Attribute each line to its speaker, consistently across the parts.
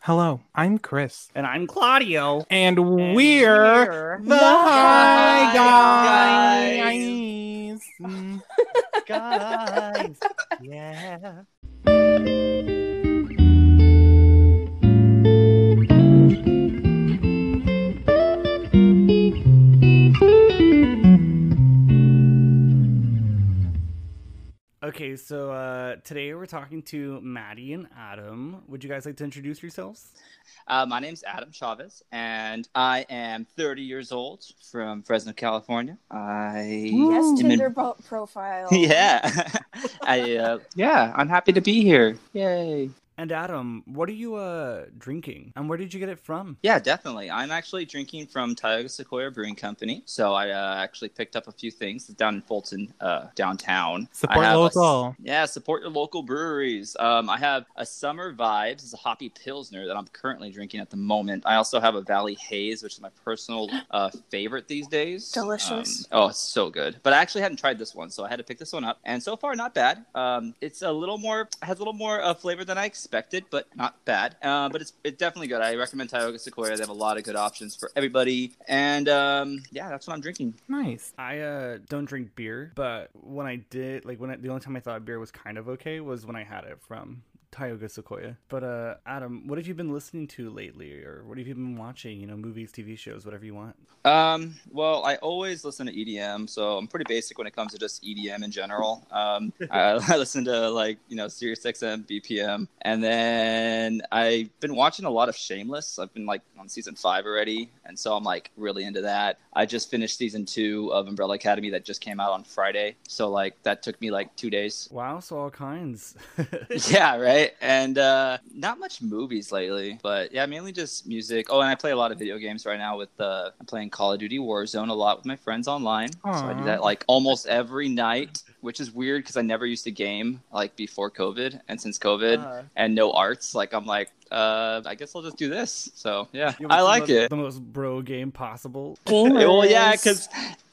Speaker 1: Hello, I'm Chris.
Speaker 2: And I'm Claudio.
Speaker 1: And,
Speaker 2: And
Speaker 1: we're
Speaker 2: we're
Speaker 1: the High Guys. Mm.
Speaker 2: guys. yeah. Okay, so uh, today we're talking to Maddie and Adam. Would you guys like to introduce yourselves?
Speaker 3: Uh, my name's Adam Chavez, and I am 30 years old from Fresno, California. I
Speaker 1: Ooh.
Speaker 4: Yes,
Speaker 3: am in-
Speaker 4: Tinder bo- profile.
Speaker 3: yeah, I uh, yeah, I'm happy to be here. Yay!
Speaker 2: And Adam, what are you uh, drinking? And where did you get it from?
Speaker 3: Yeah, definitely. I'm actually drinking from Tioga Sequoia Brewing Company, so I uh, actually picked up a few things down in Fulton, uh, downtown. I
Speaker 1: Support
Speaker 3: have a s-
Speaker 1: local.
Speaker 3: yeah, support your local breweries. Um, I have a Summer Vibes, it's a hoppy pilsner that I'm currently drinking at the moment. I also have a Valley Haze, which is my personal uh, favorite these days.
Speaker 4: Delicious.
Speaker 3: Um, oh, it's so good. But I actually hadn't tried this one, so I had to pick this one up. And so far, not bad. Um, it's a little more has a little more uh, flavor than I expected, but not bad. Uh, but it's it's definitely good. I recommend Tioga Sequoia. They have a lot of good options for everybody. And um, yeah, that's what I'm drinking.
Speaker 1: Nice.
Speaker 2: I uh, don't drink beer, but when I did, like when I, the only time I thought beer was kind of okay was when I had it from Tioga Sequoia. But uh, Adam, what have you been listening to lately, or what have you been watching? You know, movies, TV shows, whatever you want.
Speaker 3: Um, well, I always listen to EDM, so I'm pretty basic when it comes to just EDM in general. Um, I, I listen to like you know Sirius XM, BPM, and then I've been watching a lot of Shameless. I've been like on season five already, and so I'm like really into that. I just finished season two of Umbrella Academy that just came out on Friday, so like that took me like two days
Speaker 2: Wow, so all kinds.
Speaker 3: yeah, right. And uh, not much movies lately, but yeah, mainly just music. Oh, and I play a lot of video games right now. With uh, I'm playing Call of Duty Warzone a lot with my friends online, so I
Speaker 1: Aw.
Speaker 3: do that like almost every night, which is weird because I never used to game like before COVID, and since COVID
Speaker 2: Uh,
Speaker 3: and no arts, like I'm like, uh, I guess I'll just do this. So yeah,
Speaker 2: you
Speaker 3: I
Speaker 2: want
Speaker 3: like
Speaker 2: the, most-
Speaker 3: it.
Speaker 2: The most bro game possible.
Speaker 4: Gamers.
Speaker 3: Well, yeah, because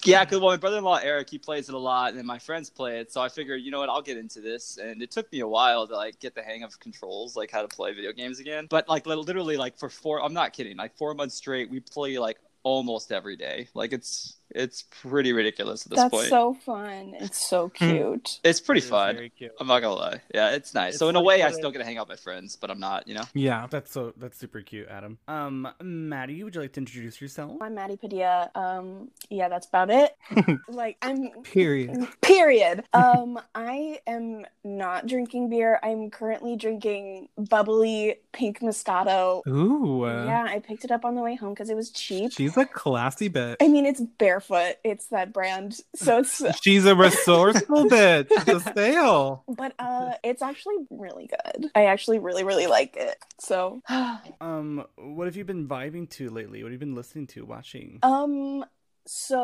Speaker 3: yeah, 'cause, well, my brother-in-law Eric he plays it a lot, and then my friends play it. So I figured, you know what, I'll get into this. And it took me a while to like get the hang of controls, like how to play video games again. But like li- literally, like for four, I'm not kidding, like four months straight, we play like almost every day. Like it's it's pretty ridiculous at this
Speaker 4: that's
Speaker 3: point. Hmm.
Speaker 4: so fun. It's so cute.
Speaker 3: it's pretty
Speaker 2: It is
Speaker 3: fun.
Speaker 2: very cute.
Speaker 3: I'm not gonna lie. Yeah, it's nice.
Speaker 2: It's
Speaker 3: so in a
Speaker 2: like
Speaker 3: way, I
Speaker 2: what I-
Speaker 3: still get to hang out with my friends, but I'm not. You know.
Speaker 1: Yeah.
Speaker 2: That's so that's super cute, Adam. Um, Maddie, would you like to introduce yourself?
Speaker 4: I'm Maddie Padilla. Um, yeah, that's about it. like I'm
Speaker 1: Period.
Speaker 4: period. Um, I am not drinking beer. I'm currently drinking bubbly pink moscato.
Speaker 1: Ooh.
Speaker 4: yeah, I picked it up on the way home because it was cheap.
Speaker 1: She's a classy bitch.
Speaker 4: I mean, it's barefoot. It's that brand, so it's
Speaker 1: She's a resourceful bitch. It's a sale.
Speaker 4: but uh, it's actually really good. I actually really really like it. So
Speaker 2: Um, what have you been vibing to lately? What have you been listening to, watching?
Speaker 4: Um, so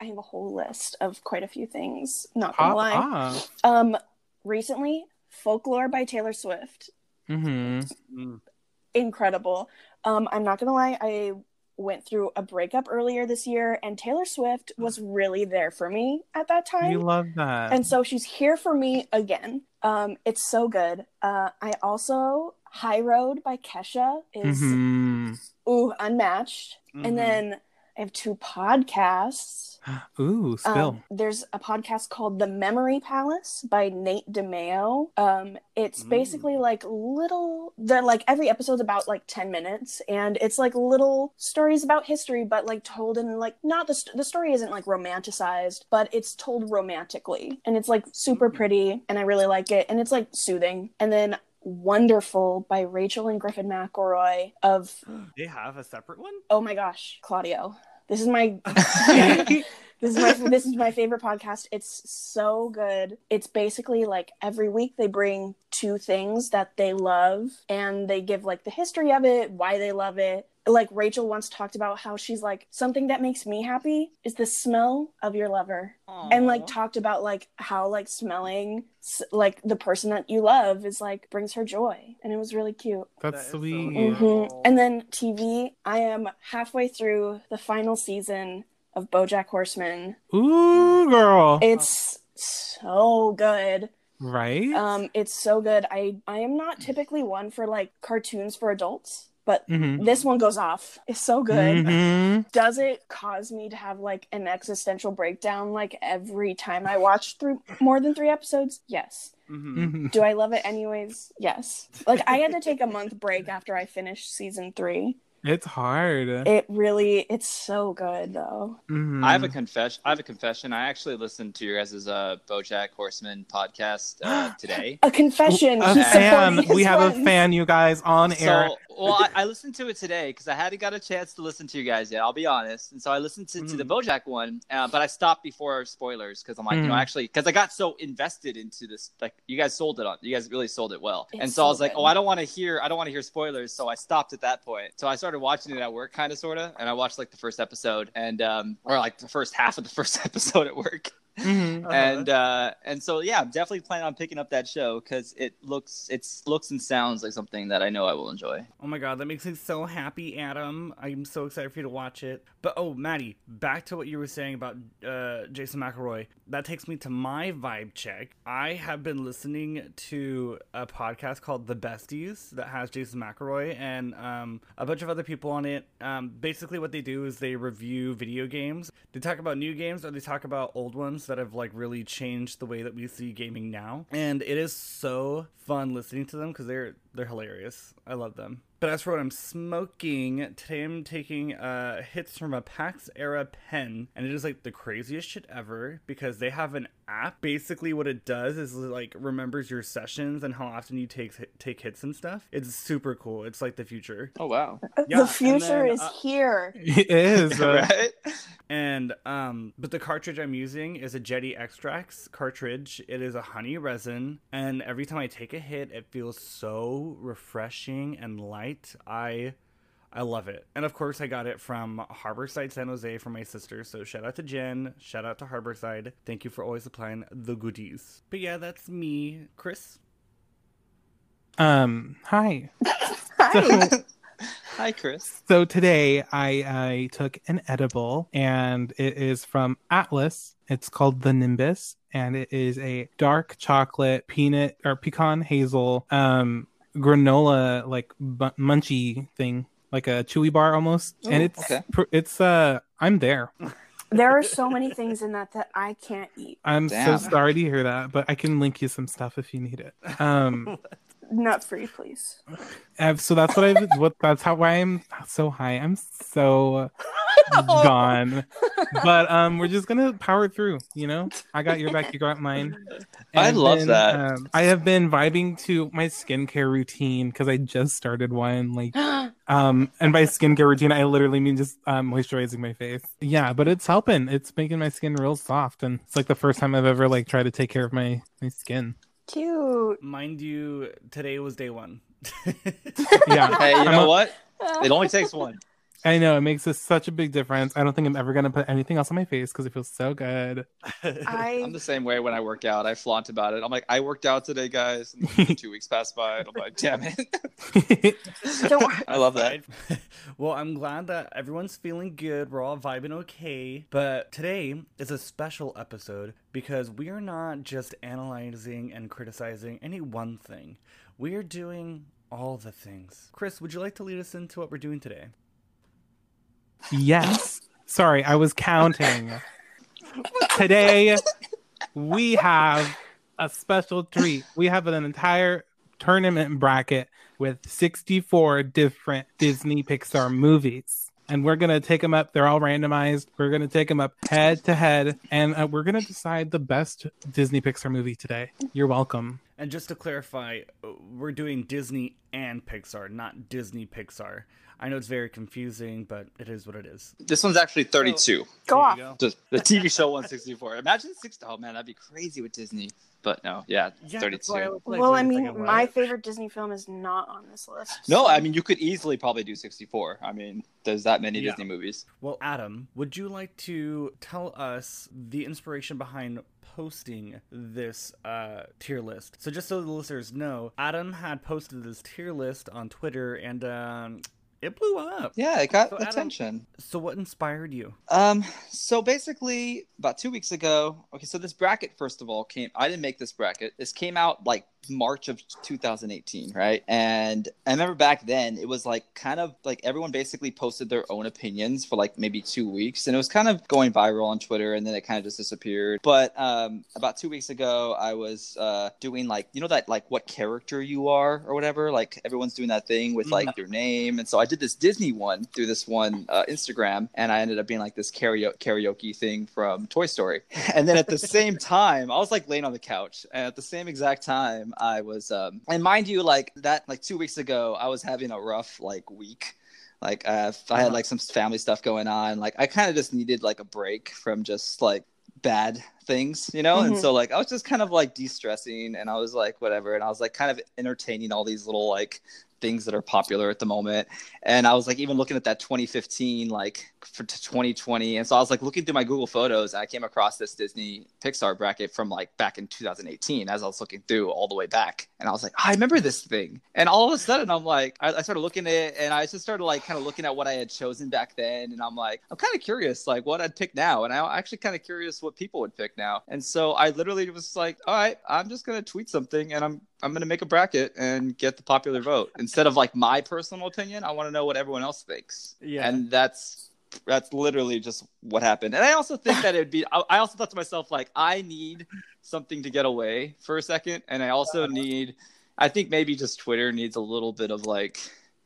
Speaker 4: I have a whole list of quite a few things. Not gonna
Speaker 1: Pop
Speaker 4: lie.
Speaker 1: off.
Speaker 4: Um, recently, "Folklore" by Taylor Swift,
Speaker 1: hmm
Speaker 2: Mm.
Speaker 4: incredible. Um, I'm not gonna lie, I went through a breakup earlier this year, and Taylor Swift was really there for me at that
Speaker 1: You
Speaker 4: time.
Speaker 1: love that.
Speaker 4: and so she's here for me again. Um, it's so good. Uh, I also High Road by Kesha is
Speaker 1: Mhm.
Speaker 4: ooh unmatched.
Speaker 2: Mhm.
Speaker 1: Mm-hmm.
Speaker 4: And then I have two podcasts.
Speaker 1: Ooh, spill.
Speaker 4: Um, there's a podcast called The Memory Palace by Nate DeMeo. Um, it's
Speaker 2: Mm.
Speaker 4: basically like little, they're like every episode's about like 10 minutes and it's like little stories about history, but like told in like not the, st- the story isn't like romanticized, but it's told romantically and it's like super
Speaker 2: Mm.
Speaker 4: pretty and I really like it and it's like soothing. And then Wonderful by Rachel and Griffin McElroy of,
Speaker 2: They have a separate one.
Speaker 4: oh my gosh, Claudio. This is my this is my this is my favorite podcast. It's so good. It's basically like every week they bring two things that they love and they give like the history of it, why they love it. Like Rachel once talked about how she's like something that makes me happy is the smell of your lover. And like talked about like how like smelling s- like the person that you love is like brings her joy and it was really cute.
Speaker 2: That is
Speaker 1: That's
Speaker 2: so
Speaker 1: sweet.
Speaker 2: cute.
Speaker 4: hmm
Speaker 2: Wow.
Speaker 4: And then TV, I am halfway through the final season of Mm-hmm. BoJack Horseman.
Speaker 1: Ooh, girl.
Speaker 4: It's so good.
Speaker 1: Right?
Speaker 4: Um, it's so good. I I am not typically one for like cartoons for adults, but
Speaker 1: Mhm.
Speaker 4: this one goes off. It's so good.
Speaker 1: Mhm.
Speaker 4: Does it cause me to have like an existential breakdown like every time I watch through more than three episodes? Yes.
Speaker 2: Mm-hmm.
Speaker 1: Mhm.
Speaker 4: Do I love it anyways? Yes. Like I had to take a month break after I finished season three.
Speaker 1: It's hard.
Speaker 4: It really, it's so good though.
Speaker 1: Mhm.
Speaker 3: I have a confession. I have a confession. I actually listened to your guys' uh, BoJack Horseman podcast uh, today.
Speaker 4: A confession.
Speaker 1: a
Speaker 4: he's supporting
Speaker 1: fan.
Speaker 4: his
Speaker 1: We have a
Speaker 4: friends.
Speaker 1: fan, you guys, on air.
Speaker 3: So, well, I, I listened to it today because I hadn't got a chance to listen to you guys yet. I'll be honest, and so I listened to,
Speaker 1: Mm.
Speaker 3: to the BoJack one, uh, but I stopped before spoilers because I'm like, you know,
Speaker 1: Mhm.
Speaker 3: actually, because I got so invested into this. Like, you guys sold it on. You guys really sold it well, and
Speaker 4: It's
Speaker 3: so I
Speaker 4: so
Speaker 3: was like,
Speaker 4: good.
Speaker 3: oh, I don't want to hear, I don't want to hear spoilers, so I stopped at that point. So I started watching it at work, kind of, sort of, and I watched like the first episode and um, or like the first half of the first episode at work
Speaker 2: Mm-hmm.
Speaker 1: Mhm.
Speaker 3: and uh and so yeah i'm definitely planning on picking up that show because it looks it's looks and sounds like something that i know i will enjoy
Speaker 2: Oh my god, that makes me so happy, Adam. I'm so excited for you to watch it. But oh, Maddie, back to what you were saying about uh, Jason McElroy. That takes me to my vibe check. I have been listening to a podcast called The Besties that has Jason McElroy and um, a bunch of other people on it. Um, basically, what they do is they review video games. They talk about new games or they talk about old ones that have like really changed the way that we see gaming now. And it is so fun listening to them because they're they're hilarious. I love them. But as for what I'm smoking, today I'm taking uh, hits from a PAX era pen, and it is like the craziest shit ever because they have an app. Basically, what it does is like remembers your sessions and how often you take take hits and stuff. It's super cool. It's like the future.
Speaker 3: oh wow
Speaker 2: Yeah,
Speaker 4: the
Speaker 2: and
Speaker 4: future
Speaker 2: then,
Speaker 4: is
Speaker 2: uh,
Speaker 4: here.
Speaker 1: It is. uh,
Speaker 3: right
Speaker 2: And um, but the cartridge I'm using is a Jetty Extracts cartridge. It is a honey resin, and every time I take a hit, it feels so refreshing and light. I, I love it. And of course, I got it from Harborside San Jose from my sister. So shout out to Jen. Shout out to Harborside. Thank you for always supplying the goodies. But yeah, that's me, Chris.
Speaker 1: Um, hi.
Speaker 4: Hi.
Speaker 3: hi chris
Speaker 1: So today I, I took an edible and it is from Atlas. It's called the Nimbus and it is a dark chocolate peanut or pecan hazel um granola like bu- munchy thing, like a chewy bar almost. and
Speaker 4: Ooh,
Speaker 1: it's
Speaker 3: okay.
Speaker 1: pr- it's uh I'm there.
Speaker 4: there are so many things in that that I can't eat.
Speaker 1: I'm
Speaker 3: Damn.
Speaker 1: so sorry to hear that, but I can link you some stuff if you need it. Um
Speaker 4: Nut free, please.
Speaker 1: I've- so that's what I've what that's how why I'm so high. I'm so
Speaker 4: Oh.
Speaker 1: gone. But um we're just gonna power through, you know? I got your back, you got mine.
Speaker 3: I
Speaker 1: I've
Speaker 3: love
Speaker 1: been,
Speaker 3: that.
Speaker 1: um, I have been vibing to my skincare routine because I just started one like um and by skincare routine I literally mean just um, moisturizing my face. Yeah, but it's helping. It's making my skin real soft and it's like the first time I've ever like tried to take care of my my skin.
Speaker 4: Cute.
Speaker 2: Mind you, today was day one.
Speaker 1: Yeah.
Speaker 3: hey you
Speaker 1: I'm
Speaker 3: know
Speaker 1: a-
Speaker 3: what it only takes one
Speaker 1: I know it makes us such a big difference. I don't think I'm ever gonna put anything else on my face because it feels so good.
Speaker 3: i'm
Speaker 4: I
Speaker 3: the same way when i work out i flaunt about it i'm like i worked out today guys and then two weeks pass by and i'm like damn it
Speaker 4: Don't-
Speaker 3: i love that
Speaker 2: Right. well, I'm glad that everyone's feeling good. We're all vibing okay. But today is a special episode because we are not just analyzing and criticizing any one thing. We are doing all the things. Chris, would you like to lead us into what we're doing today?
Speaker 1: yes. Sorry, I was counting. Today we have a special treat. We have an entire tournament bracket with 64 different Disney Pixar movies. And we're going to take them up. They're all randomized. We're going to take them up head to head. And uh, we're going to decide the best Disney Pixar movie today. You're welcome.
Speaker 2: And just to clarify, uh, we're doing Disney and Pixar, not Disney Pixar. I know it's very confusing, but it is what it is.
Speaker 3: this one's actually 32
Speaker 4: go
Speaker 2: There
Speaker 4: off.
Speaker 2: you go.
Speaker 3: Just the tv show 164 imagine six oh man that'd be crazy with disney but no yeah
Speaker 2: Yeah, that's
Speaker 3: 32
Speaker 2: why I was like,
Speaker 4: well,
Speaker 2: wait
Speaker 4: I
Speaker 2: a
Speaker 4: mean,
Speaker 2: second,
Speaker 4: my
Speaker 2: what?
Speaker 4: favorite Disney film is not on this list.
Speaker 3: no
Speaker 4: so-
Speaker 3: i mean you could easily probably do 64 i mean there's that many
Speaker 2: Yeah.
Speaker 3: disney movies
Speaker 2: Well, Adam, would you like to tell us the inspiration behind posting this uh, tier list? So, just so the listeners know, Adam had posted this tier list on Twitter, and um, It blew up.
Speaker 3: Yeah, it got
Speaker 2: So, Adam-
Speaker 3: attention.
Speaker 2: So what inspired you?
Speaker 3: Um, so basically, about two weeks ago. Okay, so this bracket, first of all, came. I didn't make this bracket. This came out like March of 2018, right? And I remember back then, it was like kind of like everyone basically posted their own opinions for like maybe two weeks, and it was kind of going viral on Twitter, and then it kind of just disappeared. But um, about two weeks ago, I was uh doing like you know that like what character you are or whatever. Like everyone's doing that thing with like your name, and so I did this Disney one through this one uh, Instagram, and I ended up being like this karaoke karaoke thing from Toy Story. And then at the same time, I was like laying on the couch, and at the same exact time, I was. Um, and mind you, like that, like two weeks ago, I was having a rough like week. Like uh, I had like some family stuff going on. Like I kind of just needed like a break from just like bad things, you know? And
Speaker 4: Mhm.
Speaker 3: so like I was just kind of like de-stressing and I was like whatever and I was like kind of entertaining all these little like things that are popular at the moment. And I was like even looking at that 2015 like for to 2020 and so I was like looking through my Google Photos and I came across this Disney Pixar bracket from like back in 2018 as I was looking through all the way back and I was like "Oh, I remember this thing. And all of a sudden I'm like I, I started looking at it and I just started like kind of looking at what I had chosen back then and I'm like I'm kind of curious like what I'd pick now and I'm actually kind of curious what people would pick now. And so I literally was like all right I'm just going to tweet something and I'm I'm going to make a bracket and get the popular vote instead of like my personal opinion I want to know what everyone else thinks.
Speaker 2: Yeah.
Speaker 3: And that's that's literally just what happened. And I also think that it would be I, I also thought to myself like I need something to get away for a second and I also need I think maybe just Twitter needs a little bit of like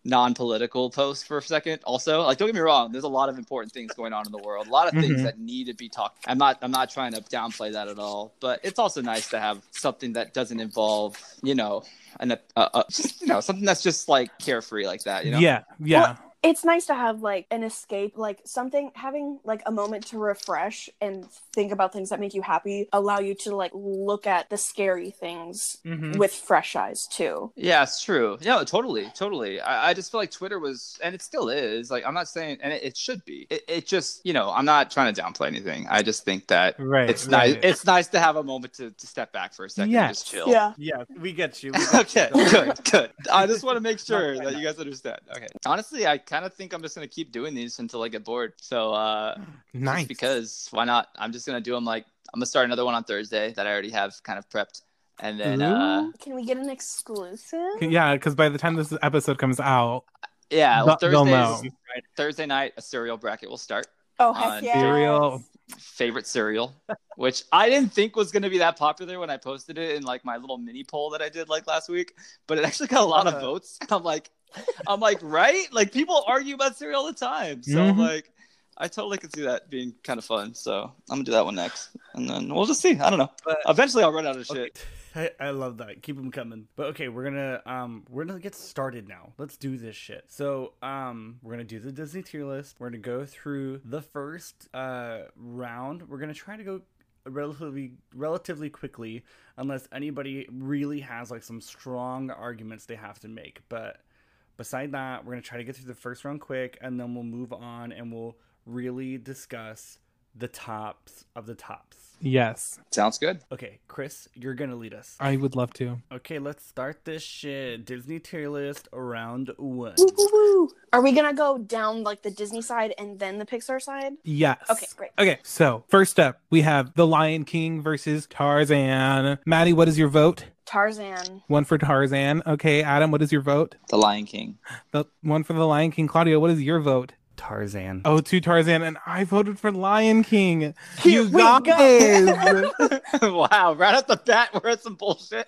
Speaker 3: non-political post for a second also like don't get me wrong there's a lot of important things going on in the world a lot of things
Speaker 1: Mhm.
Speaker 3: that need to be talked i'm not i'm not trying to downplay that at all but it's also nice to have something that doesn't involve you know an uh, uh, just you know something that's just like carefree like that you know
Speaker 1: Yeah, yeah.
Speaker 4: it's nice to have like an escape like something having like a moment to refresh and think about things that make you happy allow you to like look at the scary things
Speaker 1: Mhm.
Speaker 2: Mm-hmm.
Speaker 4: with fresh eyes too
Speaker 3: Yeah, it's true. Yeah, totally, totally. I, I just feel like Twitter was, and it still is. Like, I'm not saying, and it, it should be. It, it just, you know, I'm not trying to downplay anything. I just think that
Speaker 1: Right.
Speaker 3: it's
Speaker 1: right.
Speaker 3: nice. It's nice to have a moment to, to step back for a second and
Speaker 1: Yes.
Speaker 3: just chill.
Speaker 4: yeah
Speaker 2: Yeah, we get you. We get you.
Speaker 3: Okay.
Speaker 2: Don't worry.
Speaker 3: Good. Good. I just want to make sure that you guys understand. Okay. Honestly, I kind of think I'm just gonna keep doing these until I get bored. So, uh,
Speaker 1: nice.
Speaker 3: just because why not? I'm just gonna do them. Like, I'm gonna start another one on Thursday that I already have kind of prepped, and then. uh
Speaker 1: Ooh.
Speaker 4: can we get an exclusive
Speaker 1: yeah, because by the time this episode comes out,
Speaker 3: Yeah, well,
Speaker 1: They'll- they'll
Speaker 3: Thursdays,
Speaker 1: know.
Speaker 3: right, Thursday night, a cereal bracket will start.
Speaker 4: oh
Speaker 3: On
Speaker 4: heck yeah
Speaker 1: cereal.
Speaker 3: Favorite cereal, which I didn't think was going to be that popular when I posted it in like my little mini poll that I did like last week, but it actually got a lot
Speaker 2: Uh-huh.
Speaker 3: of votes. And I'm like, I'm like, right? Like people argue about cereal all the time, so
Speaker 2: Mm-hmm.
Speaker 1: Mhm.
Speaker 3: like, I totally could see that being kind of fun. So I'm gonna do that one next, and then we'll just see. I don't know.
Speaker 2: But-
Speaker 3: Eventually, I'll run out of shit.
Speaker 2: Okay. I, I love that. Keep them coming. But okay, we're gonna um we're gonna get started now. Let's do this shit. So um we're gonna do the Disney tier list. We're gonna go through the first uh round. We're gonna try to go relatively relatively quickly unless anybody really has like some strong arguments they have to make. But beside that, we're gonna try to get through the first round quick and then we'll move on and we'll really discuss the tops of the tops.
Speaker 1: Yes,
Speaker 3: Sounds good.
Speaker 2: Okay, Chris, you're gonna lead us.
Speaker 1: I would love to.
Speaker 2: Okay, let's start this shit. Disney tier list round one.
Speaker 4: Woo, woo, woo. Are we gonna go down like the Disney side and then the Pixar side?
Speaker 1: Yes.
Speaker 4: Okay, great.
Speaker 3: Uh,
Speaker 1: Okay, so first up, we have The Lion King versus Tarzan. Maddie, what is your vote?
Speaker 4: Tarzan.
Speaker 1: One for Tarzan. Okay, Adam, what is your vote?
Speaker 3: The Lion King.
Speaker 1: The one for The Lion King. Claudio, what is your vote?
Speaker 2: Tarzan.
Speaker 1: Oh, to Tarzan, and I voted for Lion King.
Speaker 4: Here
Speaker 1: you
Speaker 4: we go.
Speaker 1: guys.
Speaker 3: wow, right off the bat, we're at some bullshit.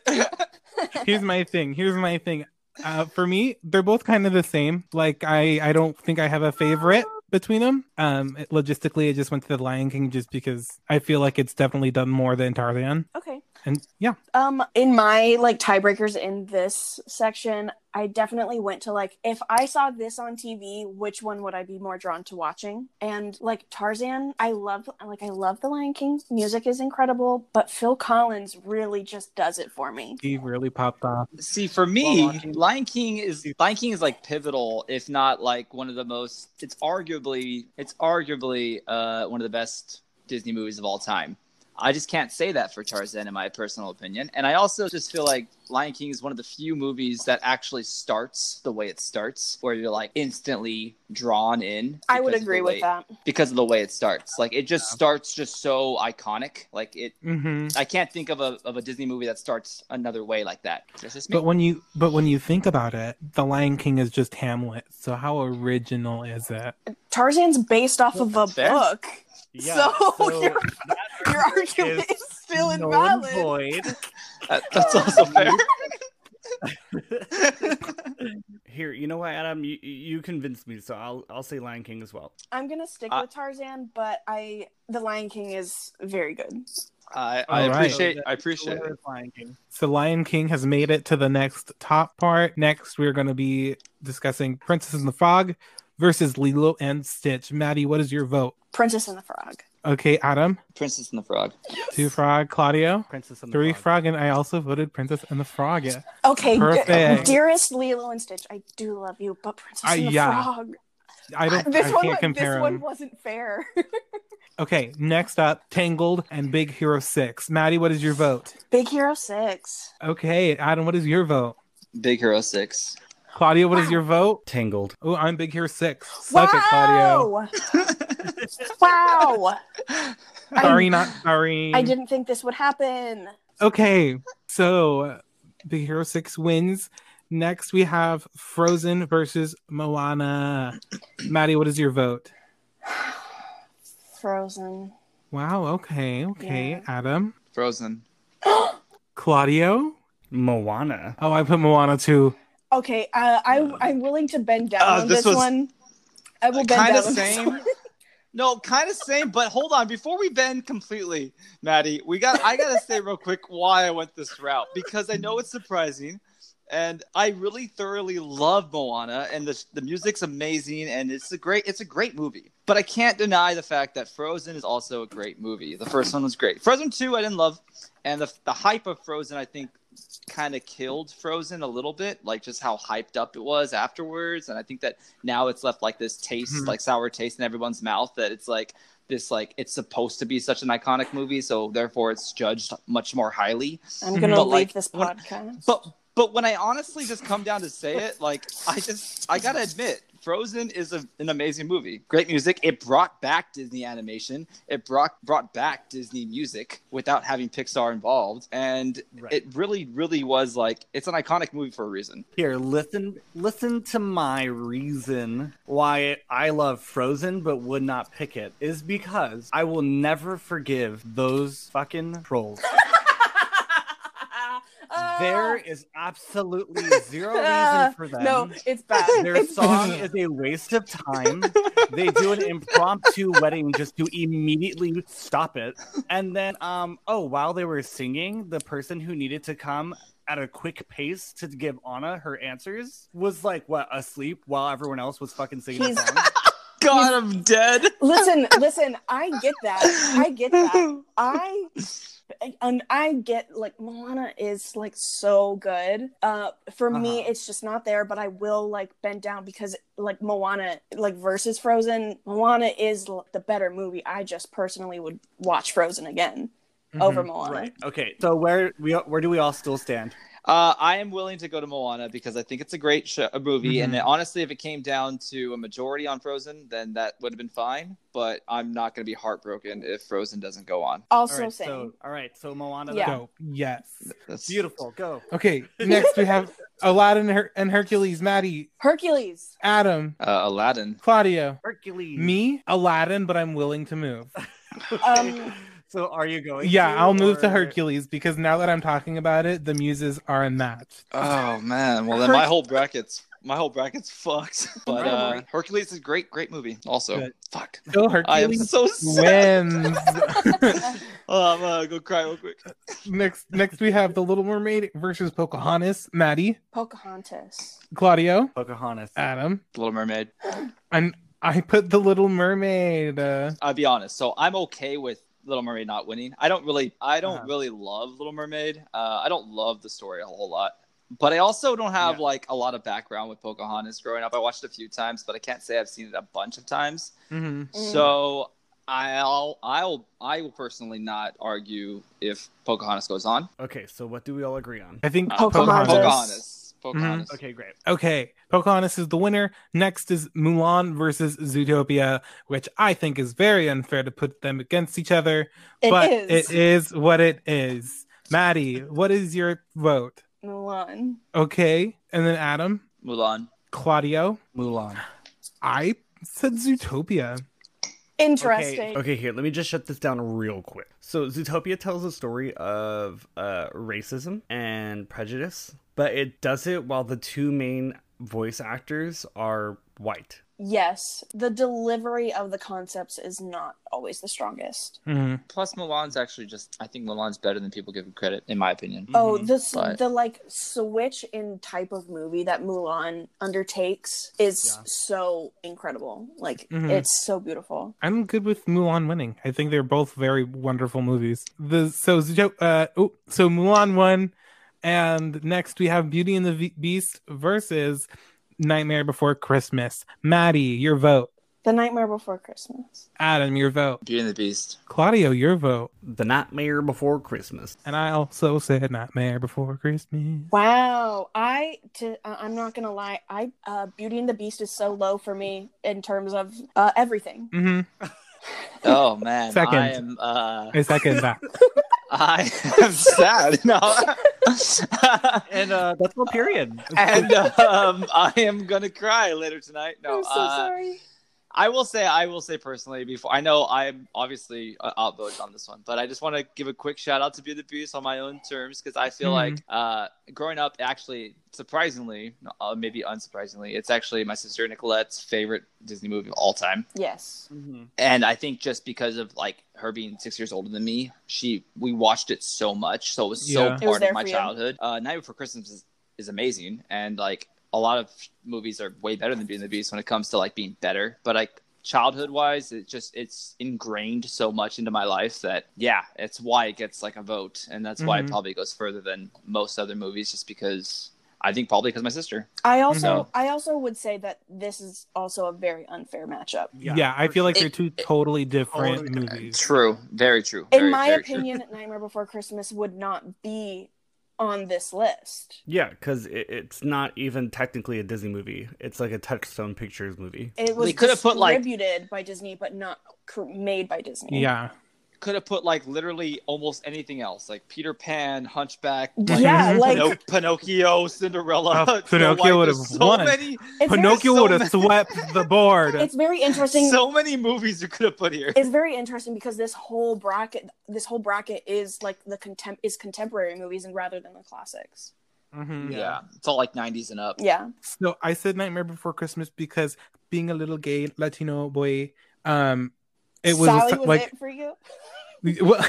Speaker 1: here's my thing. Here's my thing. Uh, for me, they're both kind of the same. Like I, I don't think I have a favorite between them. Um, it- logistically, I just went to the Lion King just because I feel like it's definitely done more than Tarzan.
Speaker 4: Okay.
Speaker 1: And yeah,
Speaker 4: Um, in my like tiebreakers in this section, I definitely went to like if I saw this on TV, which one would I be more drawn to watching? And like Tarzan, I love like I love The Lion King. Music is incredible, but Phil Collins really just does it for me.
Speaker 1: he really popped off.
Speaker 3: See, for
Speaker 1: Well,
Speaker 3: me,
Speaker 1: Lion King-
Speaker 3: Lion King is Lion King is like pivotal, if not like one of the most. It's arguably, it's arguably uh, one of the best Disney movies of all time. I just can't say that for Tarzan, in my personal opinion. And I also just feel like Lion King is one of the few movies that actually starts the way it starts, where you're like instantly drawn in.
Speaker 4: I would
Speaker 3: because of the
Speaker 4: agree
Speaker 3: way-
Speaker 4: with that.
Speaker 3: because of the way it starts. Like it just starts just so iconic. Like it,
Speaker 1: Mm-hmm.
Speaker 3: I can't think of a of a Disney movie that starts another way like that. That's just me.
Speaker 1: But when you but when you think about it, The Lion King is just Hamlet. So how original is it?
Speaker 4: Tarzan's based off of a
Speaker 3: That's fair.
Speaker 4: book.
Speaker 2: Yeah,
Speaker 4: So,
Speaker 2: so
Speaker 4: your, your argument
Speaker 2: is
Speaker 4: is still
Speaker 2: null and
Speaker 4: invalid.
Speaker 2: void.
Speaker 3: That- that's also fair.
Speaker 2: Here, you know what, Adam? You you convinced me, so I'll I'll say Lion King as well.
Speaker 4: I'm gonna stick
Speaker 3: Uh,
Speaker 4: with Tarzan, but I the Lion King is very good.
Speaker 3: I, I
Speaker 1: All right.
Speaker 3: appreciate. I appreciate. it.
Speaker 2: Lion King.
Speaker 1: So Lion King has made it to the next top part. Next, we're going to be discussing Princess and the Frog versus Lilo and Stitch. Maddie, what is your vote?
Speaker 4: Princess and the Frog.
Speaker 1: Okay, Adam,
Speaker 3: Princess and the Frog.
Speaker 1: two frog, Claudio,
Speaker 2: Princess and the
Speaker 1: three
Speaker 2: Frog.
Speaker 1: frog, and I also voted Princess and the Frog. Yeah.
Speaker 4: Okay, d-
Speaker 1: Perfect.
Speaker 4: dearest Lilo and Stitch, I do love you, but Princess
Speaker 1: Uh,
Speaker 4: and the
Speaker 1: yeah.
Speaker 4: Frog.
Speaker 1: I don't.
Speaker 4: this
Speaker 1: I
Speaker 4: one,
Speaker 1: can't
Speaker 4: wa-
Speaker 1: compare
Speaker 4: this
Speaker 1: them.
Speaker 4: one wasn't fair.
Speaker 1: Okay, next up, Tangled and Big Hero Six. Maddie, what is your vote?
Speaker 4: Big Hero Six.
Speaker 1: Okay, Adam, what is your vote?
Speaker 3: Big Hero Six.
Speaker 1: Claudio, what is your vote?
Speaker 2: Tangled.
Speaker 1: Oh, I'm Big Hero Six. Suck it, Claudio.
Speaker 4: wow! I-
Speaker 1: Sorry, not sorry.
Speaker 4: I didn't think this would happen.
Speaker 1: Okay, so uh, Big Hero Six wins. Next, we have Frozen versus Moana. Maddie, what is your vote?
Speaker 4: Frozen.
Speaker 1: Wow. Okay. Okay.
Speaker 4: Yeah.
Speaker 1: Adam,
Speaker 3: Frozen.
Speaker 1: Claudio.
Speaker 2: Moana.
Speaker 1: Oh, I put Moana too.
Speaker 4: Okay, uh, I I'm willing to bend down
Speaker 3: Uh,
Speaker 4: on
Speaker 3: this
Speaker 4: this,
Speaker 3: was
Speaker 4: one. I will bend
Speaker 3: Kind
Speaker 4: down.
Speaker 3: of
Speaker 4: on this
Speaker 3: same.
Speaker 4: one.
Speaker 3: No, kind of same, but hold on. Before we bend completely, Maddie, we got I gotta say real quick why I went this route because I know it's surprising, and I really thoroughly love Moana, and the the music's amazing, and it's a great it's a great movie. But I can't deny the fact that Frozen is also a great movie. The first one was great. Frozen two I didn't love, and the the hype of Frozen I think kind of killed Frozen a little bit, like just how hyped up it was afterwards, and I think that now it's left like this taste,
Speaker 1: Mhm.
Speaker 3: like sour taste in everyone's mouth that it's like this like it's supposed to be such an iconic movie, so therefore it's judged much more highly.
Speaker 4: I'm gonna
Speaker 3: But,
Speaker 4: leave
Speaker 3: like,
Speaker 4: this
Speaker 3: when-
Speaker 4: podcast.
Speaker 3: But but when I honestly just come down to say it, like I just I gotta admit, Frozen is a, an amazing movie. Great music. It brought back Disney animation. It brought brought back Disney music without having Pixar involved, and
Speaker 2: Right.
Speaker 3: it really really was like it's an iconic movie for a reason.
Speaker 2: Here, listen listen to my reason why I love Frozen but would not pick it is because I will never forgive those fucking trolls. There is absolutely zero reason for them.
Speaker 4: Oh. Uh, Ah. no, it's bad.
Speaker 2: Their
Speaker 4: It's
Speaker 2: song
Speaker 4: bad.
Speaker 2: is a waste of time. They do an impromptu wedding just to immediately stop it. And then um oh while they were singing, the person who needed to come at a quick pace to give Anna her answers was like what asleep while everyone else was fucking singing the
Speaker 4: He's-
Speaker 2: song.
Speaker 3: God, I'm dead.
Speaker 4: listen, listen. I get that. I get that. I and I get like Moana is like so good. Uh, for me,
Speaker 2: Uh-huh.
Speaker 4: it's just not there. But I will like bend down because like Moana, like versus Frozen, Moana is l- the better movie. I just personally would watch Frozen again Mm-hmm. over Moana.
Speaker 2: Mm-hmm. Right. Okay. So where we where do we all still stand?
Speaker 3: Uh, I am willing to go to Moana because I think it's a great show, a movie. And
Speaker 1: Mhm.
Speaker 3: honestly, if it came down to a majority on Frozen, then that would have been fine. But I'm not going to be heartbroken if Frozen doesn't go on.
Speaker 2: All
Speaker 4: Also,
Speaker 2: right.
Speaker 4: same.
Speaker 2: So all right. So Moana.
Speaker 4: Yeah.
Speaker 2: then.
Speaker 1: So yes.
Speaker 3: That's
Speaker 2: Beautiful. Go.
Speaker 1: Okay. Next, we have Aladdin and, Her- and Hercules. Maddie,
Speaker 4: Hercules.
Speaker 1: Adam,
Speaker 3: Uh, Aladdin.
Speaker 1: Claudio,
Speaker 2: Hercules.
Speaker 1: me, Aladdin, but I'm willing to move.
Speaker 4: Um,
Speaker 2: so are you going?
Speaker 1: Yeah,
Speaker 2: to,
Speaker 1: I'll move to
Speaker 2: or-
Speaker 1: Hercules because now that I'm talking about it, the muses are unmatched.
Speaker 3: Oh man. Well, then my whole brackets, my whole brackets fucked. But uh,
Speaker 4: Rivalry.
Speaker 3: Hercules is a great, great movie. Also,
Speaker 1: Good.
Speaker 3: fuck.
Speaker 1: So
Speaker 3: I am
Speaker 1: Hercules
Speaker 3: so sad.
Speaker 1: wins.
Speaker 3: Oh, I'm gonna go cry real quick.
Speaker 1: next, next we have the Little Mermaid versus Pocahontas. Maddie,
Speaker 4: Pocahontas.
Speaker 1: Claudio,
Speaker 2: Pocahontas.
Speaker 1: Adam,
Speaker 3: Little Mermaid.
Speaker 1: and I put the Little Mermaid. Uh,
Speaker 3: I'll be honest. So I'm okay with Little Mermaid not winning. I don't really, I don't
Speaker 2: Uh-huh.
Speaker 3: really love Little Mermaid. Uh, I don't love the story a whole lot, but I also don't have
Speaker 2: Yeah.
Speaker 3: like a lot of background with Pocahontas growing up. I watched it a few times, but I can't say I've seen it a bunch of times.
Speaker 1: mhm.
Speaker 4: Mm.
Speaker 3: So I'll I'll I will personally not argue if Pocahontas goes on.
Speaker 2: Okay, so what do we all agree on?
Speaker 1: I think
Speaker 3: Uh,
Speaker 4: Pocahontas.
Speaker 3: Pocahontas. Pocahontas.
Speaker 2: Okay, great.
Speaker 1: Okay, Pocahontas is the winner. Next is Mulan versus Zootopia, which I think is very unfair to put them against each other,
Speaker 4: It
Speaker 1: but
Speaker 4: is
Speaker 1: it is what it is. Maddie, what is your vote?
Speaker 4: Mulan.
Speaker 1: Okay, and then Adam,
Speaker 3: Mulan.
Speaker 1: Claudio,
Speaker 2: Mulan.
Speaker 1: I said Zootopia.
Speaker 4: Interesting.
Speaker 2: Okay, okay, here, let me just shut this down real quick. So, Zootopia tells a story of uh, racism and prejudice, but it does it while the two main voice actors are white.
Speaker 4: Yes, the delivery of the concepts is not always the strongest.
Speaker 1: Mhm.
Speaker 3: Plus, Mulan's actually just. I think Mulan's better than people give him credit, in my opinion.
Speaker 4: Oh,
Speaker 2: Mhm.
Speaker 4: the s
Speaker 3: but-
Speaker 4: the like switch in type of movie that Mulan undertakes is
Speaker 2: Yeah. Mm-hmm.
Speaker 4: so incredible. Like
Speaker 1: Mhm.
Speaker 4: it's so beautiful.
Speaker 1: I'm good with Mulan winning. I think they're both very wonderful movies. The so Zooto- uh, oh, so Mulan won, and next we have Beauty and the Ve- Beast versus Nightmare Before Christmas. Maddie, your vote.
Speaker 4: The Nightmare Before Christmas.
Speaker 1: Adam, your vote.
Speaker 3: Beauty and the Beast.
Speaker 1: Claudio, your vote.
Speaker 2: The Nightmare Before Christmas.
Speaker 1: And I also said Nightmare Before Christmas.
Speaker 4: Wow, I to uh, I'm not gonna lie, I uh, Beauty and the Beast is so low for me in terms of uh,
Speaker 2: Mm-hmm.
Speaker 4: everything.
Speaker 1: hmm
Speaker 3: Oh man,
Speaker 1: Second.
Speaker 3: I am. Uh,
Speaker 1: I second that.
Speaker 3: I am sad. No.
Speaker 2: And uh, that's my period.
Speaker 3: and um, I am gonna cry later tonight. No,
Speaker 4: I'm so
Speaker 3: uh,
Speaker 4: sorry.
Speaker 3: I will say, I will say personally before I know I'm obviously uh, outvoted on this one, but I just want to give a quick shout out to Beauty and the Beast on my own terms because I feel
Speaker 1: Mhm.
Speaker 3: like
Speaker 4: Mm-hmm.
Speaker 3: uh, growing up, actually, surprisingly, uh, maybe unsurprisingly, it's actually my sister Nicolette's favorite Disney movie of all time
Speaker 4: Yes.
Speaker 2: mm-hmm.
Speaker 3: and I think just because of like her being six years older than me, she we watched it so much, so it was so
Speaker 1: Yeah. It
Speaker 4: was
Speaker 3: part
Speaker 4: there
Speaker 3: of my
Speaker 4: for you.
Speaker 3: childhood. Uh, Night Before Christmas is, is amazing, and like a lot of movies are way better than Beauty and the Beast when it comes to like being better. But like childhood wise, it just it's ingrained so much into my life that yeah, it's why it gets like a vote, and that's why it
Speaker 1: Mhm.
Speaker 3: probably goes further than most other movies, just because I think probably because my sister.
Speaker 4: I also
Speaker 3: No.
Speaker 4: I also would say that this is also a very unfair matchup.
Speaker 1: Yeah, I feel like they're two totally different
Speaker 2: Totally.
Speaker 1: movies.
Speaker 3: True, very true.
Speaker 4: In
Speaker 3: very,
Speaker 4: my
Speaker 3: very true.
Speaker 4: opinion, Nightmare Before Christmas would not be on this list.
Speaker 2: Yeah, because it, it's not even technically a Disney movie. It's like a Touchstone Pictures movie.
Speaker 4: It was
Speaker 3: They could've put, like-
Speaker 4: distributed by Disney, but not cr- made by Disney.
Speaker 1: Yeah.
Speaker 3: could have put like literally almost anything else, like Peter Pan, Hunchback, like,
Speaker 4: yeah,
Speaker 1: Mhm.
Speaker 4: like
Speaker 3: Pino- Pinocchio, Cinderella.
Speaker 1: Oh,
Speaker 3: Snow
Speaker 1: Pinocchio
Speaker 3: White.
Speaker 1: would have
Speaker 3: There's
Speaker 1: won.
Speaker 3: So many,
Speaker 4: it's
Speaker 1: Pinocchio
Speaker 3: so
Speaker 1: would have
Speaker 3: many-
Speaker 1: swept the board.
Speaker 4: Very, it's very interesting.
Speaker 3: so many movies you could have put here.
Speaker 4: it's very interesting because this whole bracket, this whole bracket is like the contem- is contemporary movies and rather than the classics.
Speaker 1: Mhm.
Speaker 3: Yeah. it's all like '90s and up.
Speaker 4: Yeah,
Speaker 1: So I said Nightmare Before Christmas because being a little gay Latino boy, um, it was,
Speaker 4: Sally was
Speaker 1: like
Speaker 4: it for you.
Speaker 1: well,